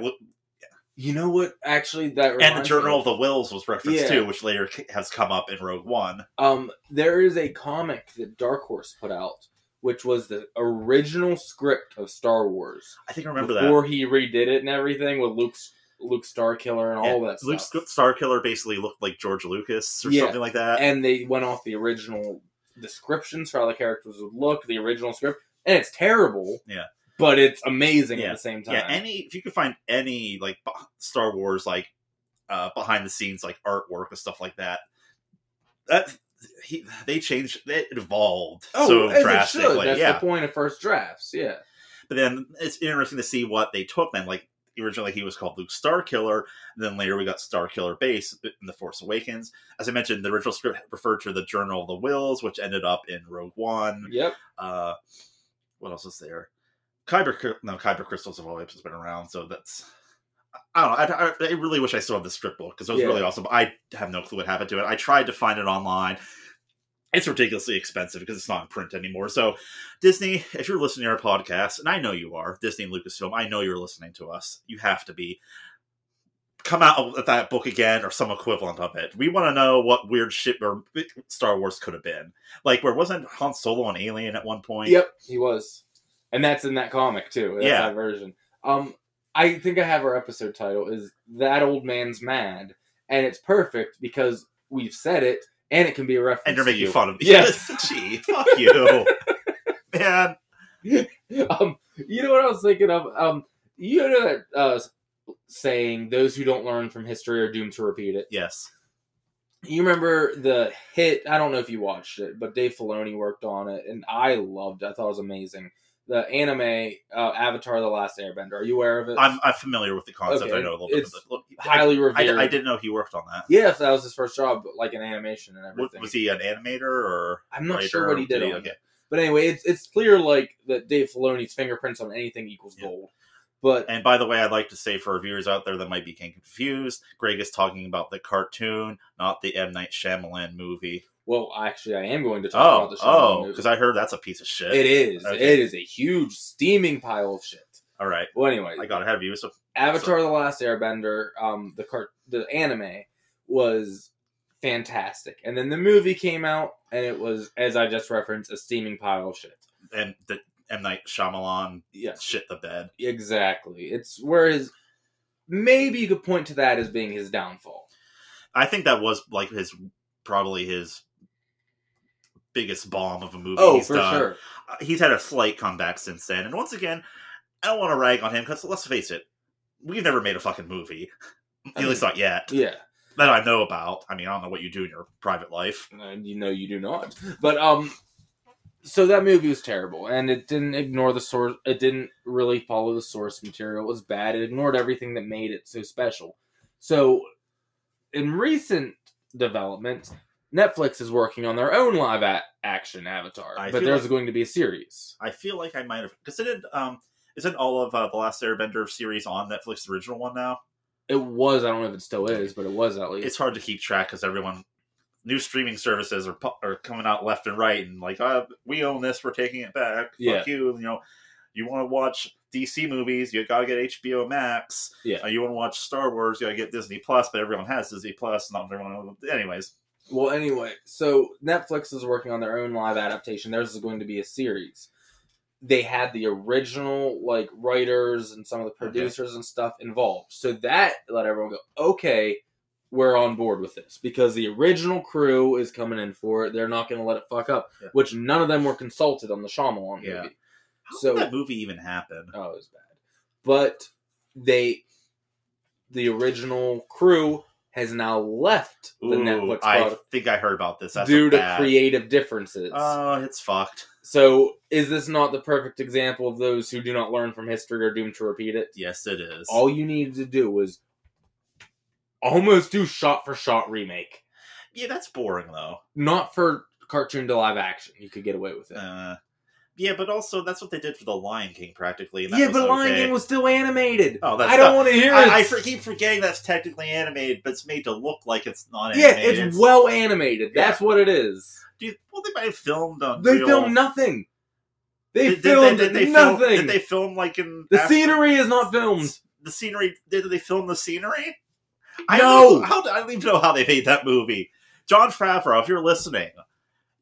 S7: You know what? Actually, that
S6: and the
S7: reminds
S6: Journal
S7: me.
S6: of the Wills was referenced
S7: Yeah.
S6: too, which later c- has come up in Rogue One.
S7: Um, there is a comic that Dark Horse put out, which was the original script of Star Wars
S6: I think I remember that.
S7: before he redid it and everything with Luke's Luke Starkiller and all
S6: Yeah,
S7: that
S6: Luke
S7: stuff.
S6: Starkiller basically looked like George Lucas or
S7: Yeah,
S6: something like that.
S7: and they went off the original descriptions for how the characters would look, the original script, and it's terrible.
S6: Yeah.
S7: but it's amazing
S6: Yeah,
S7: at the same time.
S6: yeah, any if you could find any like b- Star Wars like uh, behind the scenes like artwork and stuff like that, that he they changed it evolved
S7: oh,
S6: so
S7: as it should.
S6: drastically.
S7: That's
S6: yeah,
S7: the point of first drafts. Yeah,
S6: but then it's interesting to see what they took. Then like originally he was called Luke Starkiller, and then later we got Starkiller Base in the Force Awakens. As I mentioned, the original script referred to the Journal of the Wills, which ended up in Rogue One.
S7: yep.
S6: Uh, what else is there? Kyber, cry- no, Kyber crystals have always been around, so that's. I don't know. I, I, I really wish I still had the script book because it was
S7: Yeah.
S6: really awesome. But I have no clue what happened to it. I tried to find it online. It's ridiculously expensive because it's not in print anymore. So, Disney, if you're listening to our podcast, and I know you are, Disney and Lucasfilm, I know you're listening to us. You have to be. Come out with that book again or some equivalent of it. We want to know what weird shit or Star Wars could have been. Like, where wasn't Han Solo an alien at one point?
S7: Yep, he was, and that's in that comic too. That's
S6: Yeah.
S7: that version. Um, I think I have our episode title is that old man's mad, and it's perfect because we've said it, and it can be a reference.
S6: and you're
S7: to
S6: making
S7: you.
S6: fun of me.
S7: Yes.
S6: gee, fuck you, man.
S7: um, you know what I was thinking of? Um, you know that uh, saying, "Those who don't learn from history are doomed to repeat it."
S6: Yes,
S7: You remember the hit? I don't know if you watched it, but Dave Filoni worked on it, and I loved. it. I thought it was amazing. The anime uh, Avatar: The Last Airbender. Are you aware of it?
S6: I'm, I'm familiar with the concept.
S7: Okay,
S6: I know a little bit.
S7: it's
S6: But look, I,
S7: highly
S6: I,
S7: revered.
S6: I didn't know he worked on that.
S7: Yeah, if that was his first job, but like an animation and
S6: Was,
S7: everything.
S6: was he an animator or?
S7: I'm not
S6: writer
S7: sure what he
S6: or
S7: did.
S6: did he-
S7: on
S6: okay.
S7: it. But anyway, it's it's clear like that Dave Filoni's fingerprints on anything equals
S6: Yeah.
S7: gold. But
S6: And by the way, I'd like to say for our viewers out there that might be getting confused, Greg is talking about the cartoon, not the M Night Shyamalan movie.
S7: well, actually, I am going to talk about
S6: Oh,
S7: the show.
S6: oh, because I heard that's a piece of shit.
S7: it is
S6: Okay.
S7: it is a huge steaming pile of shit.
S6: All right,
S7: Well, anyway,
S6: I got ahead of you. So
S7: Avatar: The Last Airbender, um, the cart, the anime was fantastic, and then the movie came out, and it was, as I just referenced, a steaming pile of shit.
S6: and the M Night Shyamalan
S7: Yes.
S6: shit the bed.
S7: Exactly. It's whereas maybe you could point to that as being his downfall.
S6: I think that was like his probably his biggest bomb of a movie.
S7: Oh,
S6: he's done. Uh, He's had a slight comeback since then, and once again, I don't want to rag on him because let's face it, we've never made a fucking movie, at
S7: mean-
S6: least not yet
S7: Yeah,
S6: that I know about. I mean, I don't know what you do in your private life.
S7: and Uh, you know you do not. But um, so that movie was terrible, and it didn't ignore the source. It didn't really follow the source material. It was bad. It ignored everything that made it so special. So, in recent developments, Netflix is working on their own live a- action Avatar,
S6: I
S7: but
S6: feel
S7: there's
S6: like-
S7: going to be a series.
S6: I feel like I might have because it did. Um, isn't all of uh, the Last Airbender series on Netflix the original one now?
S7: It was. I don't know if it still is, but it was at least.
S6: It's hard to keep track because everyone. New streaming services are pu- are coming out left and right, and like, uh, we own this, we're taking it back.
S7: Yeah.
S6: Fuck you, you know. You want to watch DC movies, you gotta get HBO Max.
S7: Yeah.
S6: Uh, you want to watch Star Wars, you gotta get Disney Plus, but everyone has Disney Plus, not everyone. Anyways,
S7: Well, anyway, so Netflix is working on their own live adaptation. Theirs is going to be a series. they had the original like writers and some of the producers and stuff involved. So that let everyone go, okay, we're on board with this because the original crew is coming in for it. They're not going to let it fuck up,
S6: Yeah.
S7: which none of them were consulted on the Shyamalan
S6: Yeah.
S7: movie.
S6: How
S7: So-
S6: did that movie even happen?
S7: Oh, it was bad. But they, the original crew has now left the
S6: Ooh,
S7: Netflix
S6: I
S7: product
S6: think I heard about this. That's
S7: due
S6: a
S7: to
S6: bad-
S7: creative differences.
S6: Oh, it's fucked.
S7: so, is this not the perfect example of those who do not learn from history are doomed to repeat it?
S6: Yes, it is.
S7: All you needed to do was almost do shot for shot remake,
S6: yeah, that's boring though.
S7: not for cartoon to live action. You could get away with it.
S6: Uh, yeah, but also that's what they did for the Lion King practically. And that
S7: yeah,
S6: was
S7: but Lion
S6: okay.
S7: King was still animated.
S6: Oh, that's
S7: I don't
S6: not-
S7: want to hear it.
S6: I, I for- keep forgetting that's technically animated, but it's made to look like it's not
S7: yeah,
S6: animated.
S7: it's well animated. That's what it is.
S6: Do you- well, they might have filmed on.
S7: They
S6: real-
S7: filmed nothing. They
S6: Did- did-
S7: filmed
S6: did they film-
S7: nothing.
S6: did they film like in
S7: the
S6: Af-
S7: scenery is not filmed.
S6: The scenery? Did they film the scenery? I
S7: No.
S6: don't- how I don't even know how they made that movie. John Favreau, if you're listening,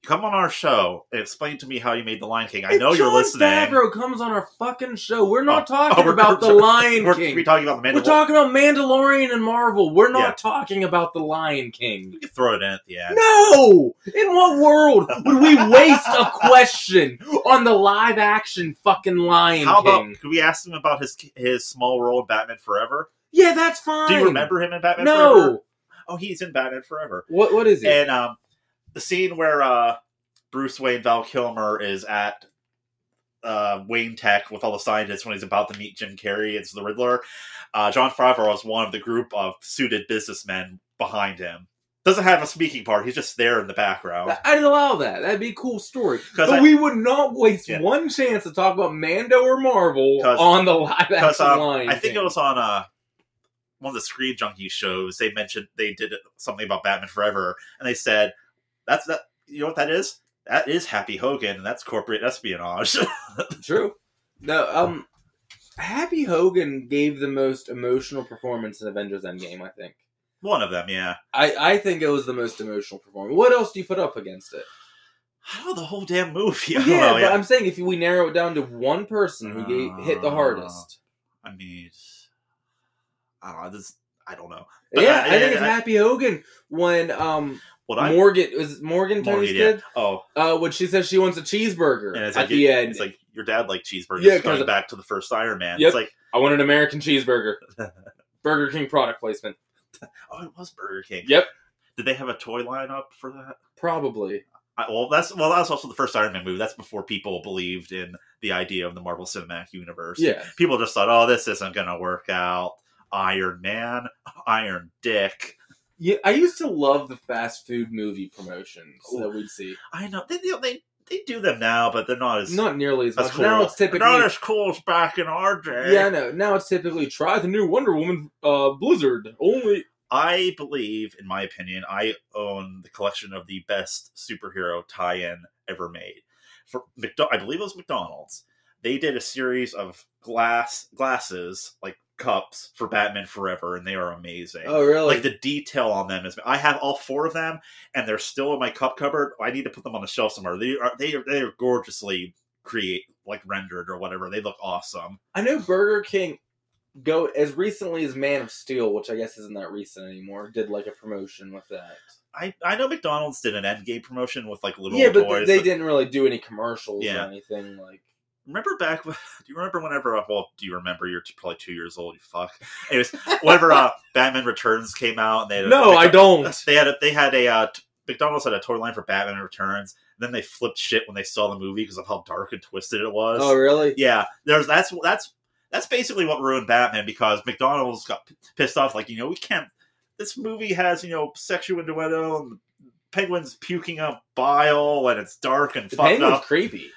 S6: come on our show and explain to me how you made the Lion King. I
S7: If
S6: know you're
S7: Jon
S6: listening.
S7: Favreau comes on our fucking show. We're not
S6: Oh,
S7: talking
S6: oh, we're-
S7: about the
S6: we're-
S7: Lion
S6: we're,
S7: King.
S6: We're
S7: We're,
S6: talking about the Mandalorian.
S7: talking about Mandalorian and Marvel. We're not
S6: Yeah.
S7: talking about the Lion King.
S6: we can throw it in at the end.
S7: No! In what world would we waste a question on the live action fucking Lion
S6: How
S7: King?
S6: about could we ask him about his his small role in Batman Forever?
S7: yeah, that's fine.
S6: Do you remember him in Batman
S7: No.
S6: Forever? Oh, he's in Batman Forever.
S7: What what is it?
S6: And um, the scene where uh, Bruce Wayne Val Kilmer is at uh, Wayne Tech with all the scientists when he's about to meet Jim Carrey, it's the Riddler. Uh, John Favreau is one of the group of suited businessmen behind him. Doesn't have a speaking part. He's just there in the background.
S7: I'd allow that. That'd be a cool story.
S6: 'Cause
S7: But
S6: I-
S7: we would not waste
S6: Yeah.
S7: one chance to talk about Mando or Marvel
S6: 'Cause-
S7: on the live
S6: Because
S7: action
S6: um,
S7: line.
S6: I think it was on uh, one of the Screen Junkie shows. They mentioned they did something about Batman Forever, and they said, "That's that. You know what that is? That is Happy Hogan, and that's corporate espionage."
S7: true. No, um, Happy Hogan gave the most emotional performance in Avengers Endgame. I think.
S6: one of them, yeah.
S7: I I think it was the most emotional performance. What else do you put up against it?
S6: I don't know the whole damn movie. I
S7: Yeah,
S6: don't know,
S7: but
S6: yeah.
S7: I'm saying if we narrow it down to one person who gave, hit the
S6: Uh,
S7: hardest,
S6: I mean, I don't know. This, I don't know. But,
S7: yeah,
S6: uh,
S7: I think
S6: yeah,
S7: it's
S6: I-
S7: Happy Hogan when um
S6: What I
S7: Morgan was it Morgan Tony's
S6: Morgan, yeah.
S7: kid.
S6: Oh,
S7: uh, when she says she wants a cheeseburger
S6: and it's
S7: at
S6: like
S7: the
S6: you-
S7: end.
S6: It's like your dad liked cheeseburgers.
S7: Yeah, 'cause
S6: going
S7: of-
S6: back to the first Iron Man.
S7: Yep.
S6: It's like,
S7: I want an American cheeseburger. Burger King product placement.
S6: oh, it was Burger King.
S7: Yep.
S6: Did they have a toy line up for that?
S7: Probably.
S6: I, well, that's well, that was also the first Iron Man movie. That's before people believed in the idea of the Marvel Cinematic Universe.
S7: Yeah.
S6: People just thought, oh, this isn't going to work out. Iron Man, Iron Dick.
S7: yeah. I used to love the fast food movie promotions that we'd see.
S6: I know they they they, they do them now, but they're not as
S7: Not nearly as
S6: as
S7: much.
S6: cool.
S7: Now it's
S6: They're
S7: typically
S6: not as cool as back in our day.
S7: yeah, no. Now it's typically try the new Wonder Woman uh, Blizzard only.
S6: I believe, in my opinion, I own the collection of the best superhero tie-in ever made. For McDo- I believe it was McDonald's. They did a series of glass glasses like cups for Batman Forever, and they are amazing.
S7: Oh, really?
S6: like the detail on them is i have all four of them and they're still in my cup cupboard i need to put them on the shelf somewhere they are they are, they are gorgeously create like rendered or whatever they look awesome
S7: I know Burger King go as recently as Man of Steel, which I guess isn't that recent anymore. Did like a promotion with that.
S6: i i know mcdonald's did an endgame promotion with like little
S7: Yeah, but
S6: toys
S7: they didn't really do any commercials
S6: Yeah.
S7: or anything like.
S6: remember back when- do you remember whenever uh, well do you remember you're t- probably two years old you fuck anyways whenever uh batman returns came out and they had a-
S7: No, I don't.
S6: they had a they had a uh, t- mcdonald's had a toy line for batman returns then they flipped shit when they saw the movie because of how dark and twisted it was
S7: Oh, really?
S6: Yeah, there's that's that's that's basically what ruined Batman because McDonald's got p- pissed off. Like you know, we can't. This movie has you know sexual innuendo and penguins puking up bile and it's dark and
S7: The
S6: fucked
S7: penguin's
S6: up,
S7: creepy.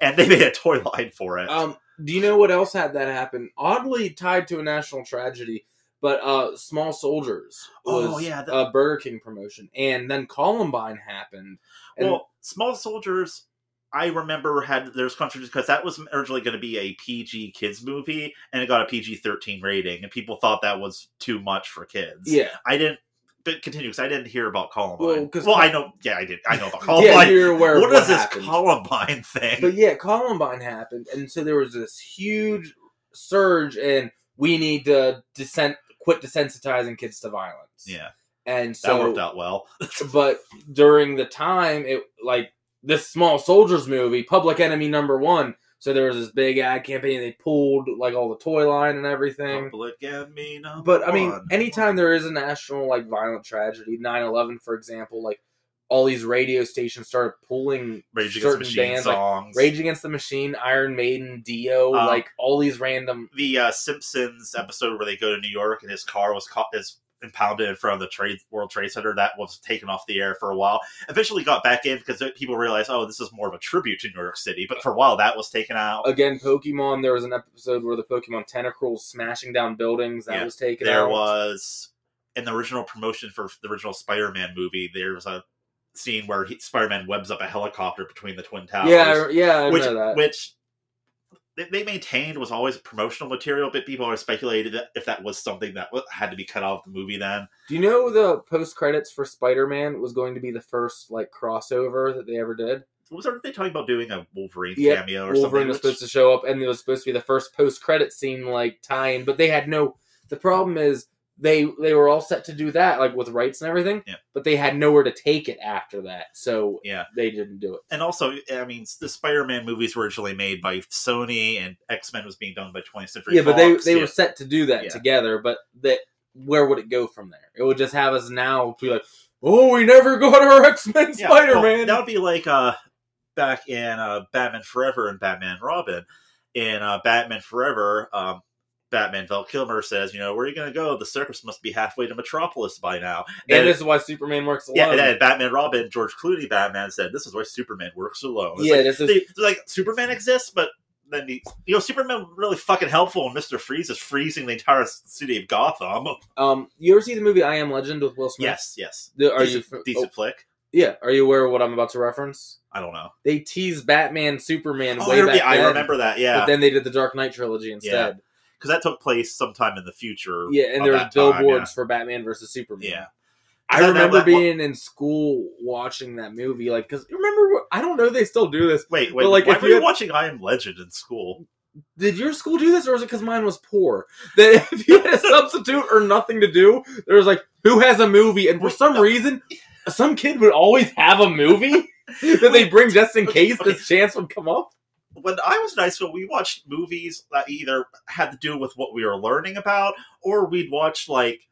S6: and they made a toy line for it.
S7: Um, do you know what else had that happen? Oddly tied to a national tragedy, but uh, Small Soldiers was
S6: Oh, yeah, that-
S7: a Burger King promotion, and then Columbine happened. And
S6: well, Small Soldiers. I remember had there's controversy because that was originally going to be a PG kids movie and it got a PG 13 rating and people thought that was too much for kids.
S7: yeah,
S6: I didn't. but continue because I didn't hear about
S7: Well,
S6: Columbine. Well,
S7: 'cause-
S6: I know. Yeah, I did. I know about Columbine.
S7: yeah, you're aware of
S6: what
S7: what,
S6: is this
S7: happened.
S6: Columbine thing?
S7: But yeah, Columbine happened, and so there was this huge surge in we need to desen- quit desensitizing kids to violence.
S6: yeah,
S7: and
S6: that
S7: so
S6: worked out well.
S7: but during the time it like this small soldiers movie public enemy number one so there was this big ad campaign they pulled like all the toy line and everything
S6: Public enemy number
S7: but i mean
S6: one.
S7: anytime there is a national like violent tragedy 9-11 for example like all these radio stations started pulling
S6: Rage Against the
S7: certain
S6: Machine
S7: bands like
S6: songs,
S7: rage against the machine iron maiden dio
S6: Um,
S7: like all these random
S6: the uh, Simpsons episode where they go to New York and his car was caught is impounded in front of the trade World Trade Center that was taken off the air for a while. Eventually got back in because people realized, oh, this is more of a tribute to New York City. But for a while, that was taken out.
S7: again pokemon there was an episode where the pokemon tentacles smashing down buildings that
S6: Yeah,
S7: was taken
S6: there
S7: out
S6: was in the original promotion for the original Spider-Man movie. There was a scene where he, Spider-Man webs up a helicopter between the twin towers.
S7: yeah I- yeah i
S6: which
S7: know that
S6: which they- they maintained was always promotional material, but people always speculated that if that was something that wa- had to be cut out of the movie. Then
S7: Do you know the post credits for Spider Man was going to be the first like crossover that they ever did?
S6: was there, they talking about doing a Wolverine
S7: Yeah,
S6: cameo or
S7: Wolverine was
S6: something?
S7: supposed to show up, and it was supposed to be the first post credit scene like tie in, but they had no. The problem is they they were all set to do that like with rights and everything,
S6: Yeah.
S7: but they had nowhere to take it after that, so
S6: Yeah.
S7: they didn't do it.
S6: and also, I mean, the Spider-Man movies were originally made by Sony, and X-Men was being done by 20th Century
S7: yeah, but they
S6: Fox.
S7: they
S6: Yeah.
S7: were set to do that
S6: Yeah.
S7: together, but that where would it go from there? It would just have us now be like, oh, we never got our X Men
S6: Yeah,
S7: Spider
S6: well,
S7: Man.
S6: that would be like uh, back in uh, Batman Forever and Batman Robin. In uh, Batman Forever, um, Batman Val Kilmer says, "You know, where are you going to go? The circus must be halfway to Metropolis by now."
S7: and
S6: Then-
S7: this is why Superman works alone.
S6: yeah, and then Batman Robin, George Clooney Batman said, "This is why Superman works alone." It's
S7: Yeah,
S6: like,
S7: this is
S6: they- they're like Superman exists, but then he, you know, Superman really fucking helpful when Mister Freeze is freezing the entire city of Gotham.
S7: Um, you ever see the movie I Am Legend with Will Smith?
S6: Yes, yes.
S7: The- are
S6: decent,
S7: you?
S6: decent
S7: oh,
S6: flick?
S7: yeah. Are you aware of what I'm about to reference?
S6: I don't know.
S7: They tease Batman, Superman
S6: Oh,
S7: way
S6: I,
S7: back
S6: yeah, I
S7: then,
S6: remember that. Yeah,
S7: but then they did the Dark Knight trilogy instead.
S6: because that took place sometime in the future.
S7: Yeah, and
S6: of
S7: there was
S6: that time,
S7: billboards for Batman versus Superman.
S6: Yeah.
S7: I
S6: Is that- that-
S7: remember
S6: that-
S7: being in school watching that movie, like because remember what, I don't know if they still do this.
S6: Wait, wait.
S7: But, like,
S6: why
S7: if
S6: were
S7: you
S6: you
S7: had-
S6: watching I Am Legend in school?
S7: Did your school do this, or was it because mine was poor? That if you had a substitute or nothing to do, there was like who has a movie, and for
S6: Wait,
S7: some
S6: no.
S7: reason, some kid would always have a movie. that they bring just in
S6: okay,
S7: case
S6: okay.
S7: this chance would come up.
S6: When I was in high school, we watched movies that either had to do with what we were learning about, or we'd watch like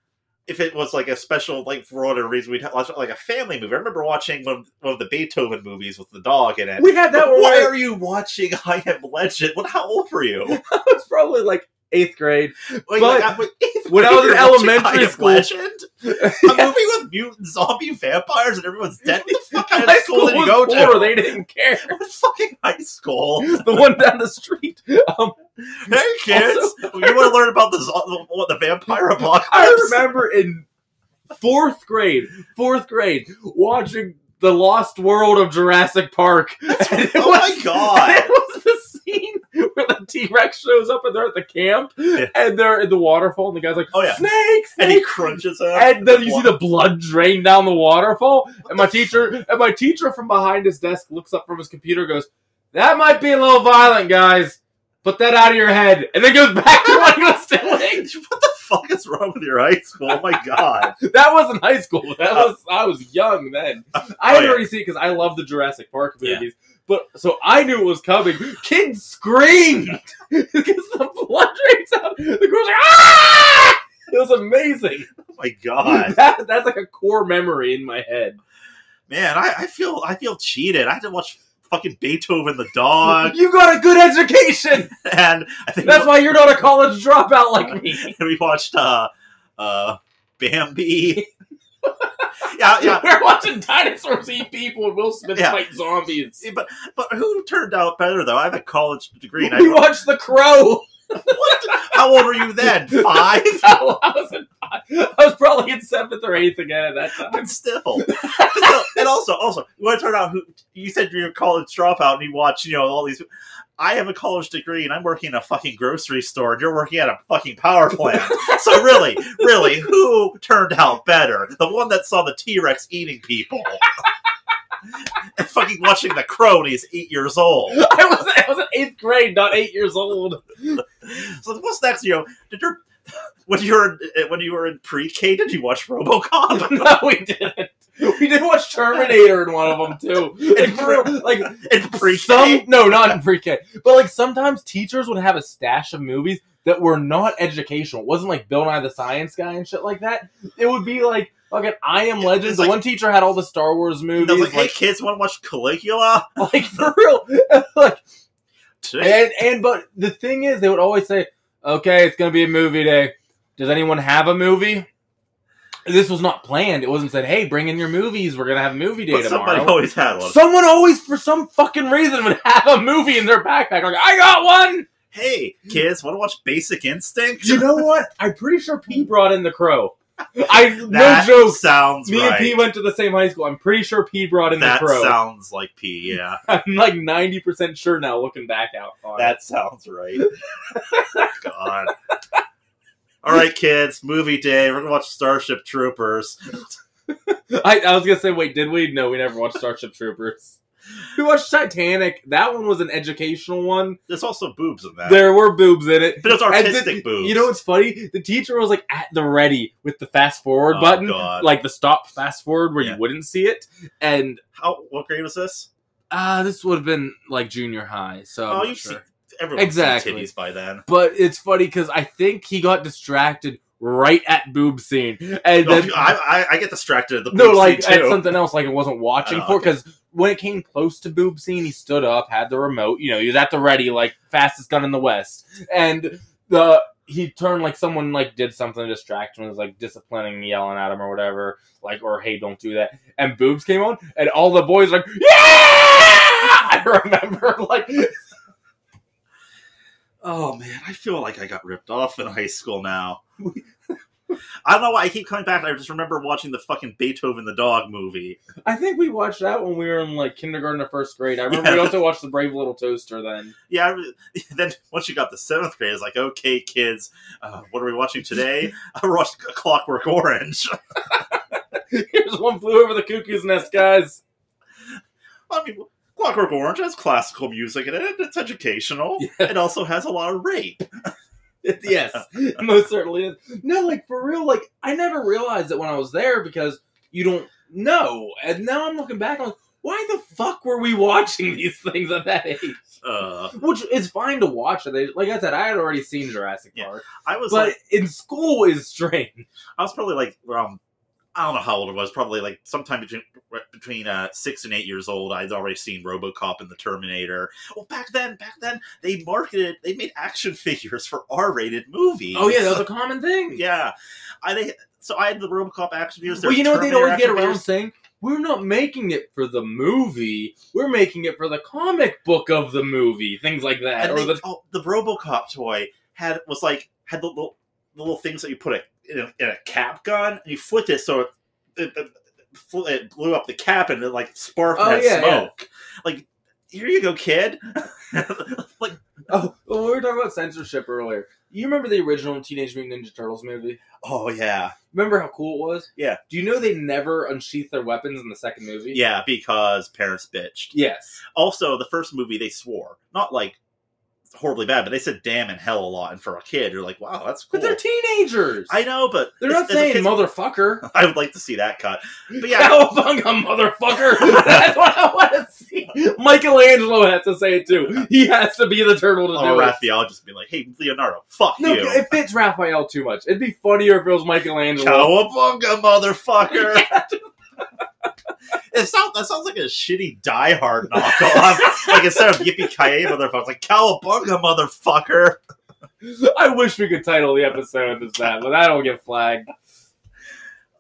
S6: if it was like a special like for whatever reason we'd watch like a family movie. I remember watching one, one of the Beethoven movies with the dog in it.
S7: We had that
S6: But
S7: one.
S6: why
S7: Where
S6: are you watching I Am Legend? What? How old were you? Like,
S7: I was probably like eighth grade. But
S6: I- wait,
S7: when I was in
S6: you're watching
S7: elementary
S6: I Am
S7: school-
S6: Legend? a movie with mutant zombie vampires and everyone's dead. What the fuck kind of school did you
S7: was
S6: go
S7: poor,
S6: to?
S7: They didn't care.
S6: What fucking high school?
S7: The one down the street. Um,
S6: Hey kids, you want to learn about the zo- what, the vampire apocalypse?
S7: I remember in fourth grade, fourth grade, watching the Lost World of Jurassic Park. And it
S6: Oh
S7: was-
S6: my god!
S7: It was the scene where the T Rex shows up and they're at the camp
S6: Yeah.
S7: and they're in the waterfall and the guy's like,
S6: Oh, yeah.
S7: snake, snake.
S6: And he crunches up,
S7: and then you see the blood drain down the waterfall and my teacher and my teacher from behind his desk looks up from his computer and goes that might be a little violent guys put that out of your head and then goes back to what he was doing
S6: What the fuck is wrong with your high school? Oh my god!
S7: that wasn't high school that was i was young then i
S6: Uh, Oh,
S7: had
S6: yeah.
S7: already seen it because i love the jurassic park
S6: Yeah.
S7: movies but so i knew it was coming kids screamed because the blood drains out the girl's like ah it was amazing
S6: Oh my god!
S7: that, that's like a core memory in my head
S6: Man, I, I feel I feel cheated. I had to watch fucking Beethoven the dog,
S7: you got a good education.
S6: and I think
S7: That's why you're not a college dropout like me.
S6: we watched uh uh Bambi. yeah, yeah.
S7: We're watching dinosaurs eat people and Will Smith
S6: Yeah.
S7: fight zombies.
S6: See, but but who turned out better though? I have a college degree. And
S7: we
S6: I,
S7: watched The Crow.
S6: how old were you then? Five.
S7: So I was in, I was probably in seventh or eighth again at that time.
S6: But still, But still, and and also, also, you want to turn out who you said you're a college dropout and you watch, you know, all these. I have a college degree and I'm working in a fucking grocery store and you're working at a fucking power plant. so really, really, who turned out better? The one that saw the T Rex eating people. and fucking watching the crow when he's eight years old.
S7: I was I was in eighth grade, not eight years old.
S6: So what's next? You know, did your when you were in, when you were in pre-K, did you watch RoboCop?
S7: No, we didn't. We did watch Terminator in one of them too. Like,
S6: And
S7: for real, like
S6: in pre-K,
S7: some no, not in pre-K, but like sometimes teachers would have a stash of movies that were not educational. It wasn't like Bill Nye the Science Guy and shit like that. It would be like fucking I Am
S6: Yeah,
S7: Legend.
S6: it's
S7: The
S6: like-
S7: one teacher had all the Star Wars
S6: And I
S7: movies,
S6: was like, "Hey
S7: like,
S6: kids, want to watch Caligula?"
S7: like, for real. like,
S6: Today,
S7: and and but the thing is, they would always say, "Okay, it's gonna be a movie day. Does anyone have a movie?" This was not planned. It wasn't said, "Hey, bring in your movies. We're gonna have movie day
S6: but somebody
S7: tomorrow."
S6: always had one.
S7: Someone always, for some fucking reason, would have a movie in their backpack. Like, I got one.
S6: hey kids, want to watch Basic Instinct?
S7: You know what? I'm pretty sure P brought in the crow. I no
S6: that
S7: joke.
S6: sounds
S7: Me
S6: right.
S7: and P went to the same high school. I'm pretty sure P brought in
S6: that
S7: the crow.
S6: sounds like P. Yeah,
S7: I'm like 90 percent sure now, looking back out. On
S6: that sounds right. God. All right, kids, movie day. We're gonna watch Starship Troopers.
S7: it. I, I was gonna say, wait, did we? No, we never watched Starship Troopers. We watched Titanic. That one was an educational one.
S6: There's also boobs in that,
S7: There were boobs in it.
S6: but it's
S7: And
S6: artistic
S7: the-
S6: boobs.
S7: You know what's funny? The teacher was like at the ready with the fast forward
S6: Oh,
S7: button,
S6: God.
S7: like the stop fast forward where
S6: Yeah.
S7: you wouldn't see it. And
S6: How? What grade was this?
S7: uh, this would have been like junior high. So I'm
S6: oh,
S7: not
S6: you've
S7: sure.
S6: seen everyone's
S7: Exactly.
S6: seen titties by then.
S7: But it's funny because I think he got distracted right at boob scene, and then
S6: Oh, I, I, I get distracted at the
S7: no,
S6: boob
S7: like
S6: scene,
S7: at
S6: too.
S7: something else, like it wasn't watching
S6: Oh,
S7: for because. When it came close to boob scene, he stood up, had the remote. You know, he was at the ready, like fastest gun in the west. And the he turned like someone like did something to distract him, was like disciplining, yelling at him or whatever, like or hey, don't do that. And boobs came on, and all the boys were like, yeah! I remember like
S6: Oh man, I feel like I got ripped off in high school now. I don't know why I keep coming back. I just remember watching the fucking Beethoven the Dog movie.
S7: I think we watched that when we were in like kindergarten or first grade. I remember we
S6: Yeah.
S7: also watched the Brave Little Toaster then.
S6: Yeah, I re- then once you got the seventh grade, it's like, okay, kids, uh, what are we watching today? I watched Clockwork Orange.
S7: Here's one flew over the cuckoo's nest, guys.
S6: I mean, Clockwork Orange has classical music in it. It's educational. It also has a lot of rape.
S7: yes, most certainly. Is. No, like for real. Like I never realized it when I was there because you don't know. And now I'm looking back on why the fuck were we watching these things at that age?
S6: Uh,
S7: Which is fine to watch. at that age. Like I said, I had already seen Jurassic
S6: Yeah.
S7: Park,
S6: I was
S7: but
S6: like,
S7: in school is strange.
S6: I was probably like, um, I don't know how old I was. Probably like sometime between between uh, six and eight years old. I'd already seen RoboCop and the Terminator. Well, back then, back then they marketed, they made action figures for R-rated movies.
S7: Oh yeah, that was a common thing.
S6: yeah. I they, so I had the RoboCop action figures.
S7: Well,
S6: there's
S7: you know what they'd
S6: Terminator
S7: always get
S6: action
S7: around
S6: figures.
S7: saying? We're not making it for the movie. We're making it for the comic book of the movie. Things like that.
S6: And
S7: Or
S6: they-
S7: the,
S6: oh, the RoboCop toy had was like had the little, the little things that you put a, in, a, in a cap gun and you flicked it so it, it, it, fl- it blew up the cap and it like sparked
S7: Oh,
S6: and had
S7: yeah, yeah.
S6: smoke. Like here you go, kid. like
S7: oh, well, we were talking about censorship earlier. You remember the original Teenage Mutant Ninja Turtles movie?
S6: oh yeah,
S7: Remember how cool it was?
S6: Yeah.
S7: Do you know they never unsheathed their weapons in the second movie?
S6: yeah because parents bitched.
S7: Yes.
S6: Also, the first movie they swore not like horribly bad, but they said damn and hell a lot. And for a kid, you're like, wow, that's cool.
S7: But they're teenagers.
S6: I know, but
S7: they're
S6: as-
S7: not
S6: as a
S7: saying
S6: kid-
S7: motherfucker.
S6: I would like to see that cut. But yeah,
S7: Cowabunga, motherfucker! That's what I want to see. Michelangelo has to say it too. He has to be the turtle to do it.
S6: or Oh, Raphael just be like, "Hey, Leonardo, fuck
S7: No,
S6: you,
S7: it fits Raphael too much. It'd be funnier if it was Michelangelo.
S6: cowabunga, motherfucker." it sounds that sounds like a shitty Die Hard knockoff. like instead of Yippee Ki Yay, motherfucker, it's like cowabunga, motherfucker.
S7: I wish we could title the episode as that, but that'll get flagged.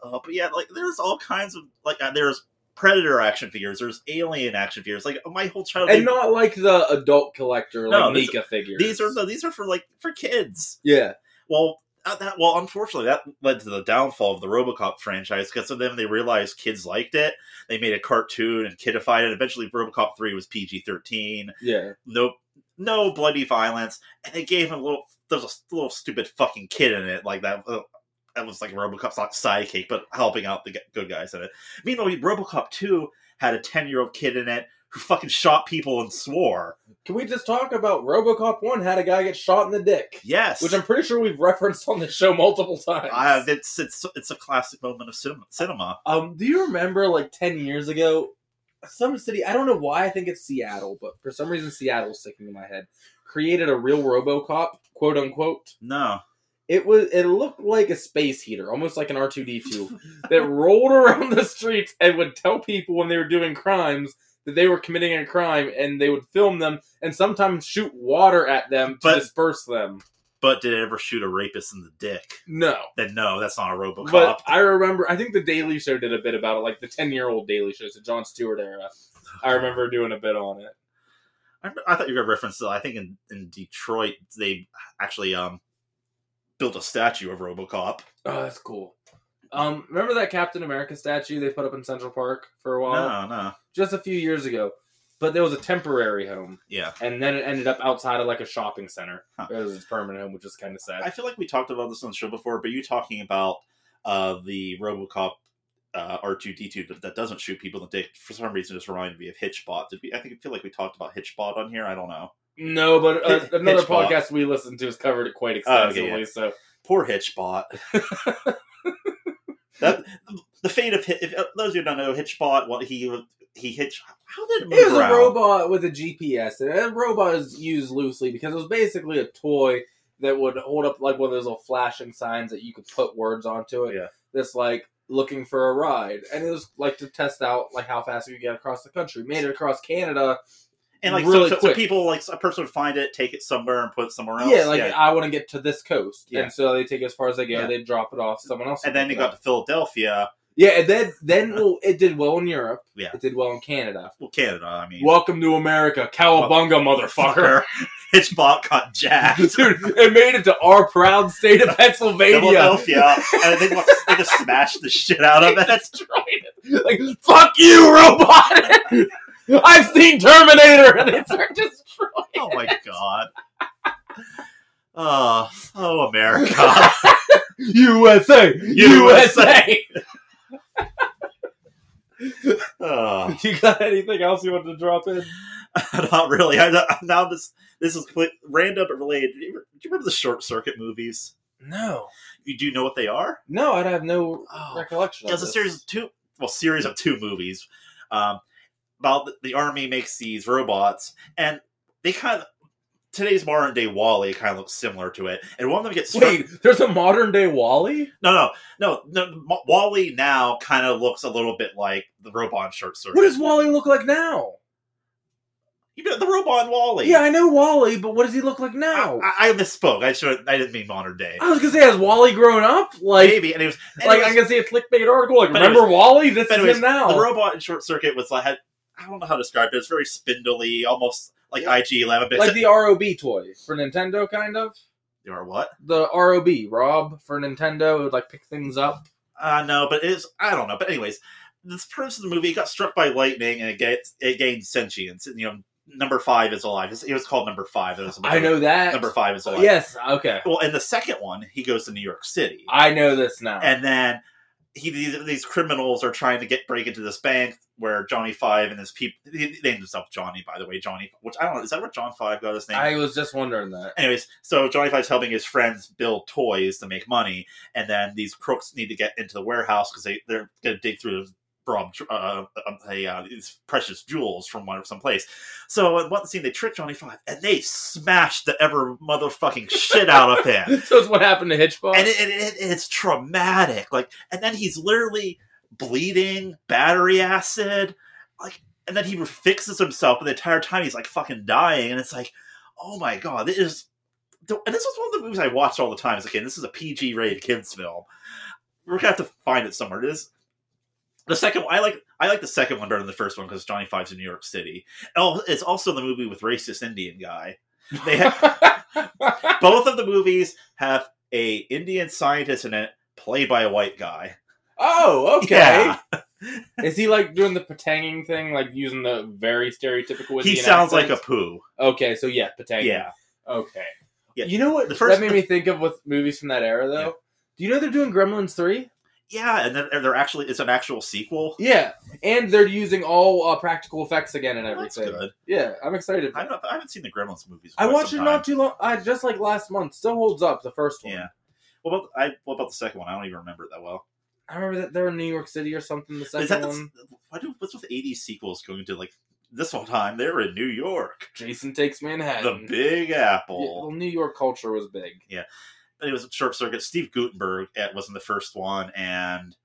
S6: Uh, but yeah, like there's all kinds of like uh, there's Predator action figures, there's Alien action figures. Like my whole childhood,
S7: And not like the adult collector, like
S6: No, this-
S7: Mika figures.
S6: these are no, these are for like for kids.
S7: yeah.
S6: Well, uh, that well, unfortunately, that led to the downfall of the RoboCop franchise because then they realized kids liked it. They made a cartoon and kidified it. Eventually, RoboCop three was PG thirteen.
S7: Yeah.
S6: No, no bloody violence, and they gave him a little. There's a little stupid fucking kid in it, like that. uh, That was like RoboCop's not sidekick, but helping out the g- good guys in it. Meanwhile, RoboCop two had a ten year old kid in it who fucking shot people and swore.
S7: Can we just talk about RoboCop One had a guy get shot in the dick,
S6: Yes,
S7: which I'm pretty sure we've referenced on the show multiple times.
S6: I- it's it's it's a classic moment of cinema. cinema.
S7: Um, do you remember like ten years ago, some city? I don't know why I think it's Seattle, but for some reason Seattle's sticking in my head. Created a real RoboCop, quote unquote.
S6: No,
S7: It was. It looked like a space heater, almost like an R two D two, that rolled around the streets and would tell people when they were doing crimes that they were committing a crime, and they would film them and sometimes shoot water at them to
S6: But-
S7: disperse them.
S6: but did it ever shoot a rapist in the dick?
S7: No.
S6: Then no, that's not a RoboCop.
S7: But I remember, I think the Daily Show did a bit about it, like the 10 year old Daily Show, it's the John Stewart era. I remember doing a bit on it.
S6: I, I thought you were going to reference. I think in, in Detroit they actually um built a statue of RoboCop.
S7: Oh, that's cool. Um, remember that Captain America statue they put up in Central Park for a while?
S6: no, no,
S7: Just a few years ago. But there was a temporary home,
S6: yeah.
S7: and then it ended up outside of like a shopping center.
S6: Huh.
S7: It was its permanent home, which is kind of sad.
S6: I feel like we talked about this on the show before, but you talking about uh the RoboCop uh, R two D two that, that doesn't shoot people in the dick for some reason just reminded me of Hitchbot. Did we? I think I feel like we talked about Hitchbot on here. I don't know.
S7: no, but uh,
S6: Hitch-
S7: another
S6: Hitchcock.
S7: podcast we listened to has covered it quite
S6: Oh, yeah.
S7: extensively. So
S6: Poor Hitchbot. that the fate of Hitch, if uh, those who don't know Hitchbot, what he he hitch. How did it move
S7: It was
S6: around?
S7: a robot with a GPS, and a robot is used loosely because it was basically a toy that would hold up like one of those little flashing signs that you could put words onto it.
S6: Yeah.
S7: That's like looking for a ride, and it was like to test out like how fast we could get across the country. Made it across Canada.
S6: and like
S7: really
S6: so, so, so
S7: quick.
S6: people like a person would find it, take it somewhere, and put it somewhere else.
S7: Yeah, like I want to get to this coast,
S6: Yeah.
S7: and so they take it as far as they go.
S6: Yeah.
S7: They drop it off. Someone else.
S6: and then
S7: will
S6: it
S7: pick it
S6: got
S7: up.
S6: to Philadelphia,
S7: yeah, and then then well, it did well in Europe.
S6: Yeah.
S7: it did well in Canada.
S6: well, Canada. I mean,
S7: Welcome to America, cowabunga, motherfucker.
S6: Hitchbot got jacked.
S7: Dude, it made it to our proud state of Pennsylvania.
S6: Philadelphia, and they, just- they just smashed the shit out of it.
S7: like, fuck you, robot! I've seen Terminator, and it's destroyed.
S6: Oh my god! Oh, oh, America!
S7: USA, USA.
S6: Oh.
S7: you got anything else you wanted to drop in?
S6: not really. I, I- now this this is complete, random but related. Do you, do you remember the short circuit movies?
S7: No,
S6: You do know what they are?
S7: no, I'd have no
S6: Oh,
S7: recollection.
S6: it was a series of two, well, series of two movies. Um, about the, the army makes these robots, and they kind of today's modern day Wally kind of looks similar to it. And one of them gets struck-
S7: Wait, there's a modern day Wally.
S6: no, no, no, no. Mo- Wally now kind of looks a little bit like the robot in short circuit.
S7: What does Wally look like now?
S6: you know, the robot in Wally?
S7: Yeah, I know Wally, but what does he look like now? I,
S6: I, I misspoke. I should. I didn't mean modern day.
S7: was gonna say, has Wally grown up? Like,
S6: Maybe, and it was and it
S7: like
S6: was-
S7: I'm gonna see a clickbait article. Like,
S6: But
S7: remember Wally? This is
S6: But anyways,
S7: him now.
S6: The robot in Short Circuit was like had, I don't know how to describe it. It's very spindly, almost like
S7: Yeah.
S6: IG Eleven. But
S7: like
S6: like
S7: the ROB toy for Nintendo, kind of
S6: the, or what?
S7: the ROB Rob for Nintendo. It would like pick things up.
S6: Uh, no, but it's I don't know. But anyways, this premise of the movie it got struck by lightning and it gets it gains sentience. And, you know, number five is alive. It's- It was called number five. It was
S7: I know that.
S6: number five is alive.
S7: Yes. Okay.
S6: Well, in the second one, he goes to New York City,
S7: I know this now.
S6: and then. He, these, these criminals are trying to get break into this bank where Johnny Five and his people they named himself Johnny by the way Johnny which I don't know is that where John Five got his name
S7: I was just wondering that.
S6: Uh, Anyways, so Johnny Five's helping his friends build toys to make money, and then these crooks need to get into the warehouse because they they're gonna dig through rob uh, a, uh, these precious jewels from one someplace. So in one scene, they trick Johnny Five, and they smash the ever motherfucking shit out of him,
S7: so it's what happened to Hitchcock.
S6: and it, it, it- it's traumatic. Like, and then he's literally bleeding, battery acid, like, and then he fixes himself, and the entire time he's like fucking dying, and it's like, oh my god, this is. And this was one of the movies I watched all the time. It's like, okay, this is a PG rated kids film. We're gonna have to find it somewhere. It is the second one. I like I like the second one better than the first one because Johnny Five's in New York City. Oh, it's also the movie with racist Indian guy. They had both of the movies have a Indian scientist in it, played by a white guy.
S7: Oh, okay.
S6: Yeah.
S7: Is he like doing the patanging thing, like using the very stereotypical?
S6: he
S7: Indian
S6: sounds like a
S7: accent?
S6: poo.
S7: Okay, so yeah, patanging.
S6: Yeah,
S7: Okay.
S6: Yeah.
S7: You know what?
S6: The first-
S7: that made me think of with movies from that era, though.
S6: Yeah.
S7: Do you know they're doing Gremlins three?
S6: yeah, and they're, and they're actually it's an actual sequel.
S7: Yeah, and they're using all uh, practical effects again and
S6: That's
S7: everything.
S6: good.
S7: Yeah, I'm excited.
S6: I, don't, I haven't seen the Gremlins movies. in
S7: I
S6: quite
S7: watched
S6: some
S7: it
S6: time.
S7: not too long, uh, just like last month. Still holds up the first one.
S6: Yeah. What about I? What about the second one? I don't even remember it that well.
S7: I remember that they're in New York City or something. The
S6: Is
S7: second
S6: that the-
S7: one,
S6: why do what's with '80s sequels going to like this whole time? They're in New York,
S7: Jason takes
S6: the
S7: Manhattan.
S6: Big
S7: Yeah, well,
S6: Apple.
S7: New York culture was big.
S6: It was Short Circuit. Steve Gutenberg at, was in the first one, and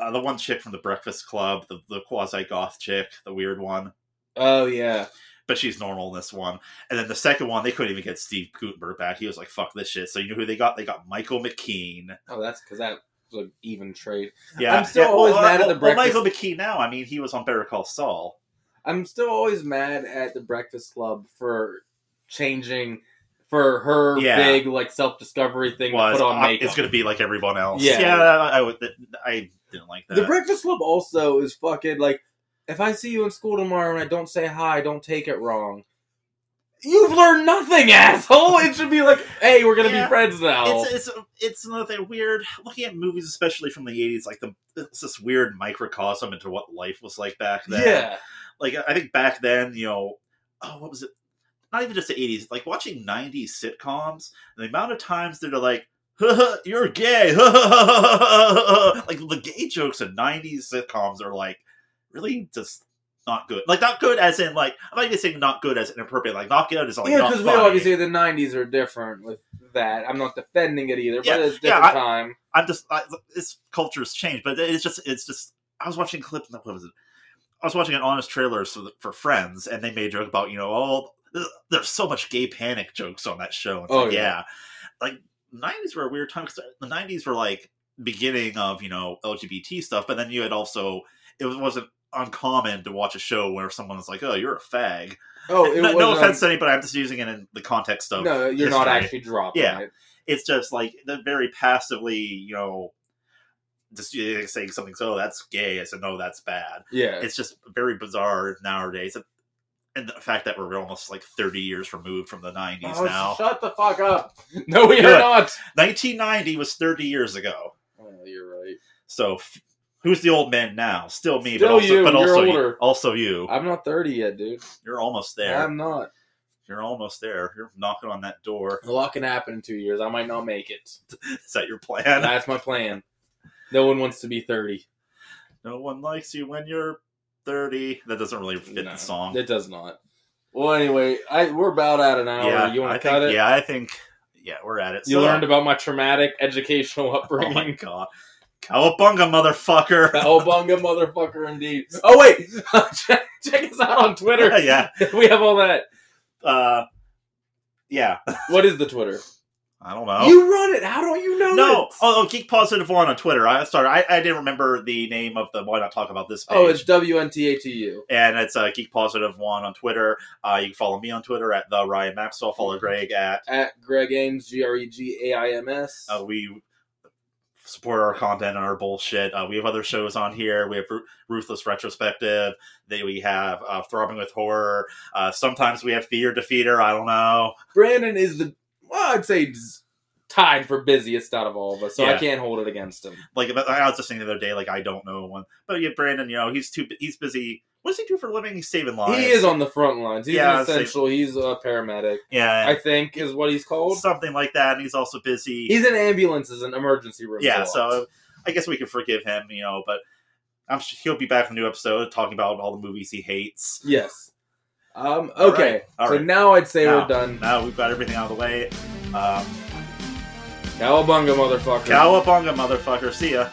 S6: uh, the one chick from the Breakfast Club, the, the quasi goth chick, the weird one.
S7: Oh yeah,
S6: But she's normal in this one. And then the second one, they couldn't even get Steve Gutenberg back. He was like, "Fuck this shit." So you know who they got? They got Michael McKean.
S7: oh that's because that was an even trade.
S6: Yeah,
S7: I'm still
S6: yeah,
S7: always mad at the
S6: well,
S7: Breakfast-
S6: Michael McKean. Now, I mean, he was on Better Call Saul.
S7: I'm still always mad at the Breakfast Club for changing for her
S6: Yeah.
S7: big like self discovery thing to
S6: was,
S7: put on
S6: uh,
S7: makeup.
S6: It's going to be like everyone else.
S7: Yeah.
S6: I, I, would- I didn't like that.
S7: the Breakfast Club also is fucking like if I see you in school tomorrow and I don't say hi, don't take it wrong. You've learned nothing, asshole. It should be like, hey, we're gonna
S6: Yeah.
S7: be friends now.
S6: it's, it's it's another thing weird looking at movies, especially from the eighties. Like the it's this weird microcosm into what life was like back then.
S7: yeah,
S6: like I think back then, you know, oh, what was it? Not even just the eighties. Like watching '90s sitcoms, the amount of times they're like, "You're gay," like the gay jokes in '90s sitcoms are like really just not good. Like not good as in like I'm not even saying not good as inappropriate. Like knock it out is like
S7: yeah,
S6: not
S7: because we
S6: funny.
S7: obviously the '90s are different with that. I'm not defending it either,
S6: Yeah,
S7: but it's a
S6: yeah,
S7: different
S6: I-
S7: time.
S6: I'm just I, this culture's changed, but it's just it's just I was watching clips. What was it? I was watching an honest trailer for, for Friends, and they made a joke about you know all there's so much gay panic jokes on that show. It's
S7: Oh,
S6: like,
S7: yeah.
S6: yeah. like '90s were a weird time because the '90s were like beginning of you know LGBT stuff, but then you had also it wasn't uncommon to watch a show where someone was like, "Oh, you're a fag."
S7: Oh, it
S6: no,
S7: was
S6: no offense to anybody, I'm just using it in the context of
S7: no, you're not
S6: history
S7: actually dropping
S6: Yeah.
S7: it.
S6: it's just like the very passively, you know, just uh, saying something. So "Oh, that's gay. I said no, that's bad.
S7: Yeah,
S6: It's just very bizarre nowadays, and the fact that we're almost like thirty years removed from the nineties
S7: Oh,
S6: now.
S7: Shut the fuck up. No, we
S6: Good.
S7: are not.
S6: Nineteen ninety was thirty years ago.
S7: Oh, you're right.
S6: So f- who's the old man now? Still me,
S7: Still
S6: but also,
S7: you.
S6: but
S7: You're
S6: also, you,
S7: older.
S6: also you.
S7: I'm not 30 yet, dude.
S6: You're almost there.
S7: I'm not.
S6: You're almost there. You're knocking on that door.
S7: A lot can happen in two years. I might not make it.
S6: Is that your plan?
S7: That's my plan. No one wants to be 30.
S6: No one likes you when you're thirty. That doesn't really fit
S7: No,
S6: the song.
S7: It does not. Well, anyway, I we're about at an hour. you
S6: I
S7: want to
S6: think,
S7: cut it?
S6: Yeah, I think. Yeah, we're at it.
S7: You
S6: So-
S7: learned about my traumatic educational
S6: Oh my
S7: upbringing.
S6: god, cowabunga, motherfucker!
S7: Oh, bunga motherfucker, indeed. Oh, wait. check, check us out on Twitter.
S6: yeah,
S7: we have all that.
S6: uh, yeah.
S7: What is the Twitter?
S6: I don't know.
S7: You run it. How don't you know
S6: Oh. no,
S7: it?
S6: oh, oh, geek positive one on Twitter. I sorry, I, I didn't remember the name of the. Why not talk about this? Page.
S7: Oh, it's WNTATU.
S6: and it's uh, geek positive one on Twitter. Uh, you can follow me on Twitter at the Ryan Maxwell. Follow Greg at
S7: at Greg Ames, G R E G A I M S.
S6: uh, we. Support our content and our bullshit. Uh, we have other shows on here. We have Ru- Ruthless Retrospective. They we have uh, Throbbing with Horror. Uh, sometimes we have Fear Defeater. I don't know.
S7: Brandon is the, well, I'd say z- tied for busiest out of all of us, so
S6: Yeah.
S7: I can't hold it against him.
S6: Like but I was just saying the other day, like I don't know one. But yeah, Brandon, you know he's too he's busy. What does he do for a living? He's saving lives.
S7: He is on the front lines. He's
S6: Yeah,
S7: an
S6: I'd say-
S7: essential. He's a paramedic,
S6: yeah,
S7: I think, is what he's called.
S6: something like that. And he's also busy.
S7: He's in ambulances and emergency rooms. a
S6: yeah,
S7: lot.
S6: so I guess we can forgive him, you know. But I'm sure he'll be back with a new episode talking about all the movies he hates.
S7: yes. Um.
S6: All
S7: Okay.
S6: right, all
S7: so
S6: right.
S7: now I'd say
S6: Now-
S7: we're done.
S6: Now we've got everything out of the way. Um,
S7: Cowabunga, motherfucker.
S6: Cowabunga, motherfucker. See ya.